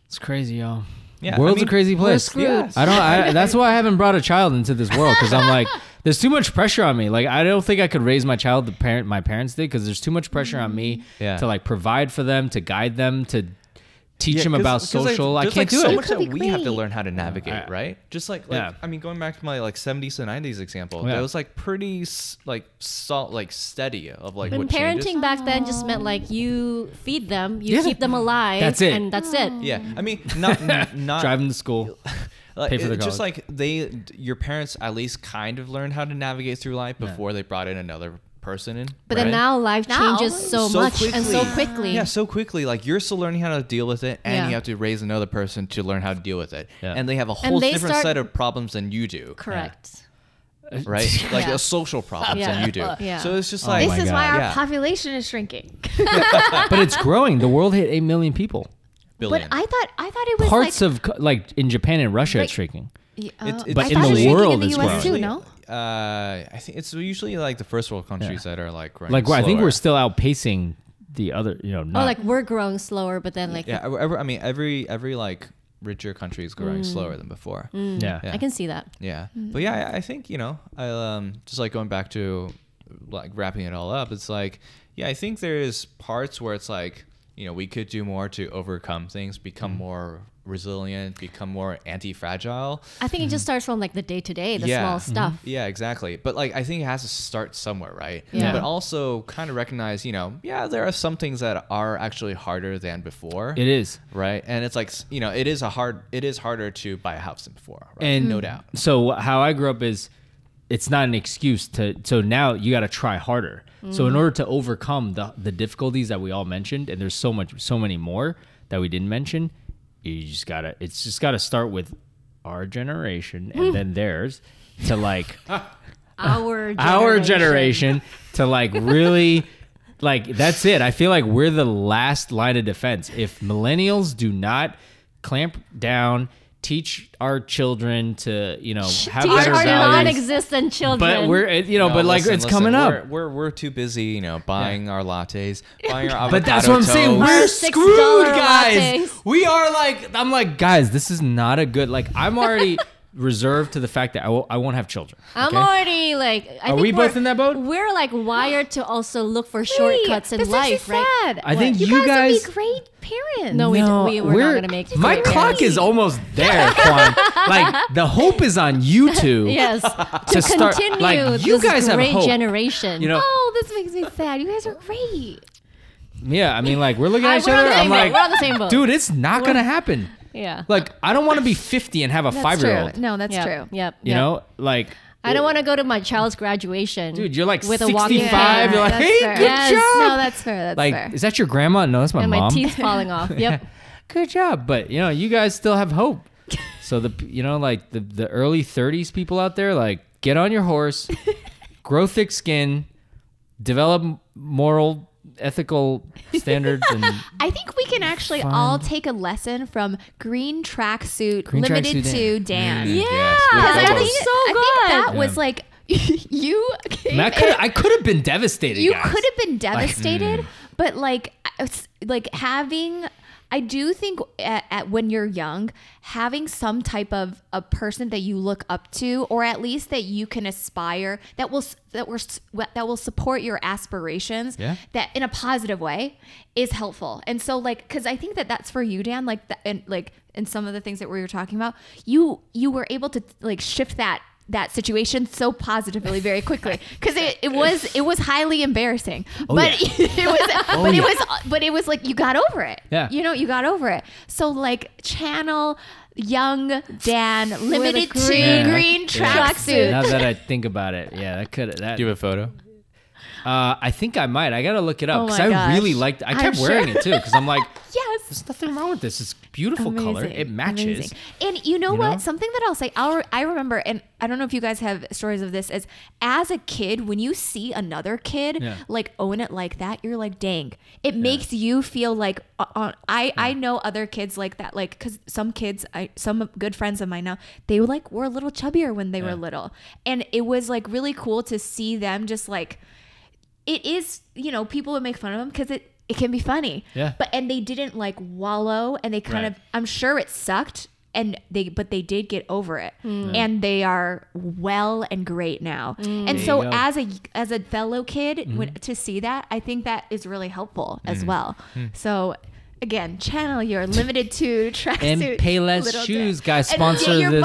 Speaker 2: It's crazy, y'all.
Speaker 1: Yeah,
Speaker 2: World's
Speaker 1: I mean,
Speaker 2: a crazy place.
Speaker 1: screwed. Yes.
Speaker 2: I don't. I, that's why I haven't brought a child into this world because I'm like, *laughs* there's too much pressure on me. Like, I don't think I could raise my child the parent my parents did because there's too much pressure on me
Speaker 1: Mm-hmm. Yeah.
Speaker 2: to like provide for them, to guide them, to teach them about social. I
Speaker 1: there's, like,
Speaker 2: can't do
Speaker 1: so
Speaker 2: it.
Speaker 1: much
Speaker 2: *laughs*
Speaker 3: Could
Speaker 1: that
Speaker 3: be
Speaker 1: we have to
Speaker 3: great.
Speaker 1: learn how to navigate,
Speaker 2: I-
Speaker 1: right? Just like, like
Speaker 2: Yeah.
Speaker 1: I mean, going back to my like 70s and 90s example,
Speaker 2: Yeah.
Speaker 1: that was like pretty s- like salt like steady of like
Speaker 3: But
Speaker 1: what
Speaker 3: parenting *laughs*
Speaker 1: changes.
Speaker 3: back then just meant like you feed them, you
Speaker 2: Yeah.
Speaker 3: keep them alive,
Speaker 2: That's it.
Speaker 3: and that's it.
Speaker 1: Yeah, I mean,
Speaker 2: *laughs*
Speaker 1: not n- not
Speaker 2: Driving
Speaker 1: *laughs*
Speaker 2: to school.
Speaker 1: like,
Speaker 2: pay
Speaker 1: it-
Speaker 2: for the
Speaker 1: just
Speaker 2: college.
Speaker 1: like they d- your parents at least kind of learned how to navigate through life before they brought in another person in.
Speaker 3: But then
Speaker 1: right?
Speaker 3: now life
Speaker 6: Now?
Speaker 3: changes so, much and so quickly.
Speaker 1: Yeah, so quickly. Like you're still learning how to deal with it, and
Speaker 3: Yeah.
Speaker 1: you have to raise another person to learn how to deal with it.
Speaker 2: Yeah.
Speaker 1: And they have a whole
Speaker 3: they
Speaker 1: different
Speaker 3: start-
Speaker 1: set of problems than you
Speaker 2: *laughs*
Speaker 1: do,
Speaker 3: Correct.
Speaker 1: right? Like
Speaker 3: Yeah.
Speaker 1: a social problems
Speaker 3: Yeah.
Speaker 1: than you do.
Speaker 3: Yeah.
Speaker 1: So it's just
Speaker 2: Oh
Speaker 1: like
Speaker 2: my
Speaker 7: This is why
Speaker 2: God.
Speaker 7: our
Speaker 1: Yeah.
Speaker 7: population is
Speaker 4: *laughs*
Speaker 7: shrinking.
Speaker 2: but it's growing. The world hit eight million people.
Speaker 1: billion.
Speaker 6: I thought I thought it was
Speaker 2: Parts
Speaker 6: like,
Speaker 2: of co- like in Japan and Russia, it's
Speaker 6: Like-
Speaker 2: shrinking.
Speaker 4: uh,
Speaker 3: uh,
Speaker 1: It's- it's-
Speaker 2: But
Speaker 1: I
Speaker 2: in
Speaker 6: thought it was
Speaker 2: the
Speaker 6: shrinking
Speaker 2: world,
Speaker 6: in the
Speaker 2: it's
Speaker 6: US
Speaker 2: growing.
Speaker 6: too. No,
Speaker 1: Uh, I think it's usually like the first world countries that are like growing
Speaker 2: Like I think
Speaker 1: slower.
Speaker 2: we're still outpacing the other. You know,
Speaker 3: Oh,
Speaker 2: not,
Speaker 3: like we're growing slower, but then like
Speaker 1: yeah. Every, I mean, every every like richer country is growing
Speaker 3: Mm.
Speaker 1: slower than before.
Speaker 2: yeah.
Speaker 1: yeah.
Speaker 3: I can see that.
Speaker 1: Yeah,
Speaker 3: Mm-hmm.
Speaker 1: but yeah, I, I think you know, I um, just like going back to like wrapping it all up. It's like, yeah, I think there is parts where it's like, you know, we could do more to overcome things, become more resilient, become more anti-fragile.
Speaker 3: I think
Speaker 2: Mm.
Speaker 3: it just starts from like the day to day, the
Speaker 1: Yeah.
Speaker 3: small
Speaker 1: Mhm.
Speaker 2: Mm-hmm.
Speaker 3: stuff.
Speaker 1: *laughs* Yeah, exactly. But like, I think it has to start somewhere, right?
Speaker 3: Yeah.
Speaker 1: But also, kind of recognize, you know, yeah, there are some things that are actually harder than before.
Speaker 2: It is.
Speaker 1: Right, and it's like s- you know, it is a hard, it is harder to buy a house than before, right?
Speaker 2: And
Speaker 1: no doubt.
Speaker 2: So how I grew up is, it's not an excuse to. So now you got to try harder. So in order to overcome the the difficulties that we all mentioned, and there's so much, so many more that we didn't mention, you just gotta. It's just gotta start with our generation and then theirs to like
Speaker 3: Our generation.
Speaker 2: our generation to like really like that's it. I feel like we're the last line of defense. If millennials do not clamp down, teach our children to, you know, have
Speaker 3: Teach
Speaker 2: better
Speaker 3: our
Speaker 2: values.
Speaker 3: non-existent children.
Speaker 2: But we're you know,
Speaker 1: No,
Speaker 2: but like
Speaker 1: listen,
Speaker 2: it's
Speaker 1: listen,
Speaker 2: coming
Speaker 1: We're,
Speaker 2: up.
Speaker 1: we're we're too busy, you know, buying our lattes, buying our
Speaker 2: *laughs* But that's
Speaker 1: avocado
Speaker 2: what I'm saying.
Speaker 1: toast.
Speaker 2: We're
Speaker 3: Our
Speaker 2: screwed,
Speaker 3: $6
Speaker 2: guys.
Speaker 3: lattes.
Speaker 2: We are like I'm like guys, this is not a good like I'm
Speaker 3: *laughs*
Speaker 2: already reserved to the fact that I w- I won't have children.
Speaker 3: I'm
Speaker 2: okay?
Speaker 3: already like. I
Speaker 2: Are
Speaker 3: think
Speaker 2: we
Speaker 3: we're-
Speaker 2: both in that boat?
Speaker 3: We're like wired to also look for shortcuts in
Speaker 7: this
Speaker 3: life,
Speaker 7: is
Speaker 3: right?
Speaker 7: sad.
Speaker 2: I think
Speaker 7: you, guys,
Speaker 2: you guys-
Speaker 7: would be great parents.
Speaker 3: No, we, we we're, not
Speaker 2: we're-
Speaker 3: gonna make.
Speaker 2: my
Speaker 3: great
Speaker 2: clock
Speaker 3: parents.
Speaker 2: is almost
Speaker 3: *laughs*
Speaker 2: there, Quan. like the hope is on you two. *laughs*
Speaker 3: Yes,
Speaker 2: To
Speaker 3: to
Speaker 2: start-
Speaker 3: continue
Speaker 2: like, you
Speaker 3: this
Speaker 2: guys have
Speaker 3: great
Speaker 2: hope.
Speaker 3: generation.
Speaker 2: You know,
Speaker 7: Oh, this makes me sad. You guys are great.
Speaker 2: yeah. I mean, like we're looking at
Speaker 3: I-
Speaker 2: each
Speaker 3: we're on
Speaker 2: other.
Speaker 3: the
Speaker 2: I'm
Speaker 3: same boat.
Speaker 2: like,
Speaker 3: We're on the same boat.
Speaker 2: dude, it's not gonna happen.
Speaker 3: yeah,
Speaker 2: Like, I don't want to be 50 and have a five year old.
Speaker 4: True. No, that's
Speaker 3: yep,
Speaker 4: true.
Speaker 3: Yep.
Speaker 2: You
Speaker 3: yep.
Speaker 2: know, like,
Speaker 3: I don't want to go to my child's graduation.
Speaker 2: dude, you're like
Speaker 3: with a walking
Speaker 2: 65.
Speaker 3: cane.
Speaker 2: You're like,
Speaker 4: That's
Speaker 2: hey,
Speaker 4: fair.
Speaker 2: good
Speaker 3: Yes.
Speaker 2: job.
Speaker 4: No, that's fair. That's
Speaker 2: like,
Speaker 4: fair.
Speaker 2: is that your grandma? No, that's my
Speaker 3: and my
Speaker 2: mom.
Speaker 3: teeth falling off.
Speaker 2: *laughs*
Speaker 3: Yep.
Speaker 2: good job. But you know, you guys still have
Speaker 4: *laughs*
Speaker 2: hope. So the you know, like the the early thirties people out there, like get on your horse,
Speaker 4: *laughs*
Speaker 2: grow thick skin, develop moral, ethical standards,
Speaker 4: *laughs*
Speaker 2: and
Speaker 4: I think we can actually
Speaker 2: Fun.
Speaker 4: all take a lesson from Green Tracksuit
Speaker 2: Green
Speaker 4: Limited
Speaker 2: Tracksuit
Speaker 4: to
Speaker 1: Mm,
Speaker 4: Dan.
Speaker 1: yes, with
Speaker 4: Because I
Speaker 1: elbows.
Speaker 4: think, I think that
Speaker 2: Yeah.
Speaker 4: was like *laughs* you
Speaker 2: I,
Speaker 4: came
Speaker 2: mean, I
Speaker 4: in-
Speaker 2: could I could have been devastated.
Speaker 4: you
Speaker 2: guys. mm.
Speaker 4: could have
Speaker 2: *laughs*
Speaker 4: been devastated but like it's like having i do think at, at when you're young having some type of a person that you look up to or at least that you can aspire that will s- that were s- that will support your aspirations
Speaker 2: Yeah.
Speaker 4: that in a positive way is helpful and so like because i think that that's for you dan like that and like and some of the things that we were talking about you you were able to like shift that that situation so positively very quickly
Speaker 2: *laughs*
Speaker 4: because it, it was it was highly embarrassing but
Speaker 2: Oh, yeah.
Speaker 4: *laughs*
Speaker 2: Oh, *laughs*
Speaker 4: it was but
Speaker 2: yeah.
Speaker 4: it was but it was like you got over it
Speaker 2: Yeah.
Speaker 4: you know you got over it so like channel young dan limited
Speaker 3: green-
Speaker 4: to green tracksuit
Speaker 2: Now that I think about it, yeah, that could that.
Speaker 1: Do you have a photo?
Speaker 2: Uh, I think I might. I gotta look it up
Speaker 4: Oh
Speaker 2: because
Speaker 4: my
Speaker 2: I
Speaker 4: gosh.
Speaker 2: really liked. I
Speaker 4: I'm
Speaker 2: kept
Speaker 4: sure.
Speaker 2: wearing it too because I'm like,
Speaker 4: yes
Speaker 2: there's nothing wrong with this. It's beautiful color.
Speaker 4: Amazing,
Speaker 2: It matches.
Speaker 4: amazing. And you know
Speaker 2: You
Speaker 4: what?
Speaker 2: know?
Speaker 4: Something that I'll say, I'll, I remember, and I don't know if you guys have stories of this, is as a kid, when you see another kid
Speaker 2: Yeah.
Speaker 4: like own it like that, you're like, dang. It makes you feel like, uh, uh, I, I know other kids like that, like, because some kids, I some good friends of mine now, they like were a little chubbier when they
Speaker 2: Yeah.
Speaker 4: were little. And it was like really cool to see them just like, it is you know people would make fun of them because it it can be funny
Speaker 2: Yeah.
Speaker 4: but and they didn't like wallow and they kind
Speaker 2: Right.
Speaker 4: of i'm sure it sucked and they but they did get over it and they are well and great now and so
Speaker 2: you go. Mm-hmm.
Speaker 4: as a as a
Speaker 2: Mm.
Speaker 4: fellow kid when, to see that i think that is really helpful as well so Again, channel your limited
Speaker 2: *laughs*
Speaker 4: to tracksuit.
Speaker 2: and pay less
Speaker 4: little
Speaker 2: shoes,
Speaker 4: dick.
Speaker 2: guys.
Speaker 4: And
Speaker 2: Sponsor
Speaker 4: get your
Speaker 2: this.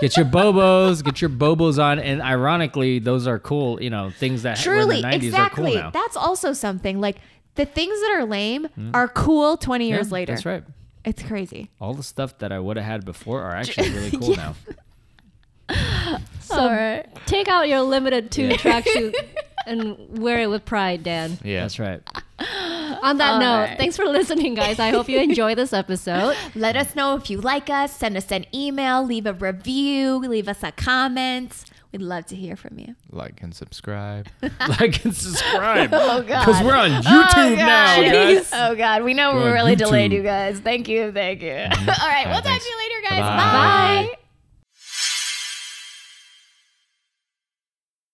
Speaker 2: *laughs* get your bobos. Get your bobos on. And ironically, those are cool. You know, things that
Speaker 4: Truly,
Speaker 2: were in the 90s
Speaker 4: exactly.
Speaker 2: are cool now. Mm.
Speaker 4: That's also something like the things that are lame are cool 20 years
Speaker 2: Yeah,
Speaker 4: later.
Speaker 2: That's right.
Speaker 4: It's crazy.
Speaker 2: All the stuff that I would have had before
Speaker 4: *laughs*
Speaker 2: are actually really cool now.
Speaker 3: So take out your limited two
Speaker 2: Yeah. *laughs*
Speaker 3: tracksuit and wear it with pride, Dan.
Speaker 1: Yeah.
Speaker 2: That's right. *laughs*
Speaker 3: On that note, thanks for listening, guys. I hope you enjoy this episode.
Speaker 4: Let us know if you like us. Send us an email, leave a review, leave us a comment. We'd love to hear from you.
Speaker 1: Like and subscribe.
Speaker 2: like and subscribe
Speaker 4: Oh, God.
Speaker 2: because we're on YouTube now, guys.
Speaker 4: Oh, God. We know
Speaker 2: We're
Speaker 4: we're
Speaker 2: on
Speaker 4: really delayed,
Speaker 2: YouTube.
Speaker 4: *laughs* you guys. Thank you. Thank you. All right. We'll talk to you later, guys.
Speaker 1: Bye.
Speaker 4: Bye.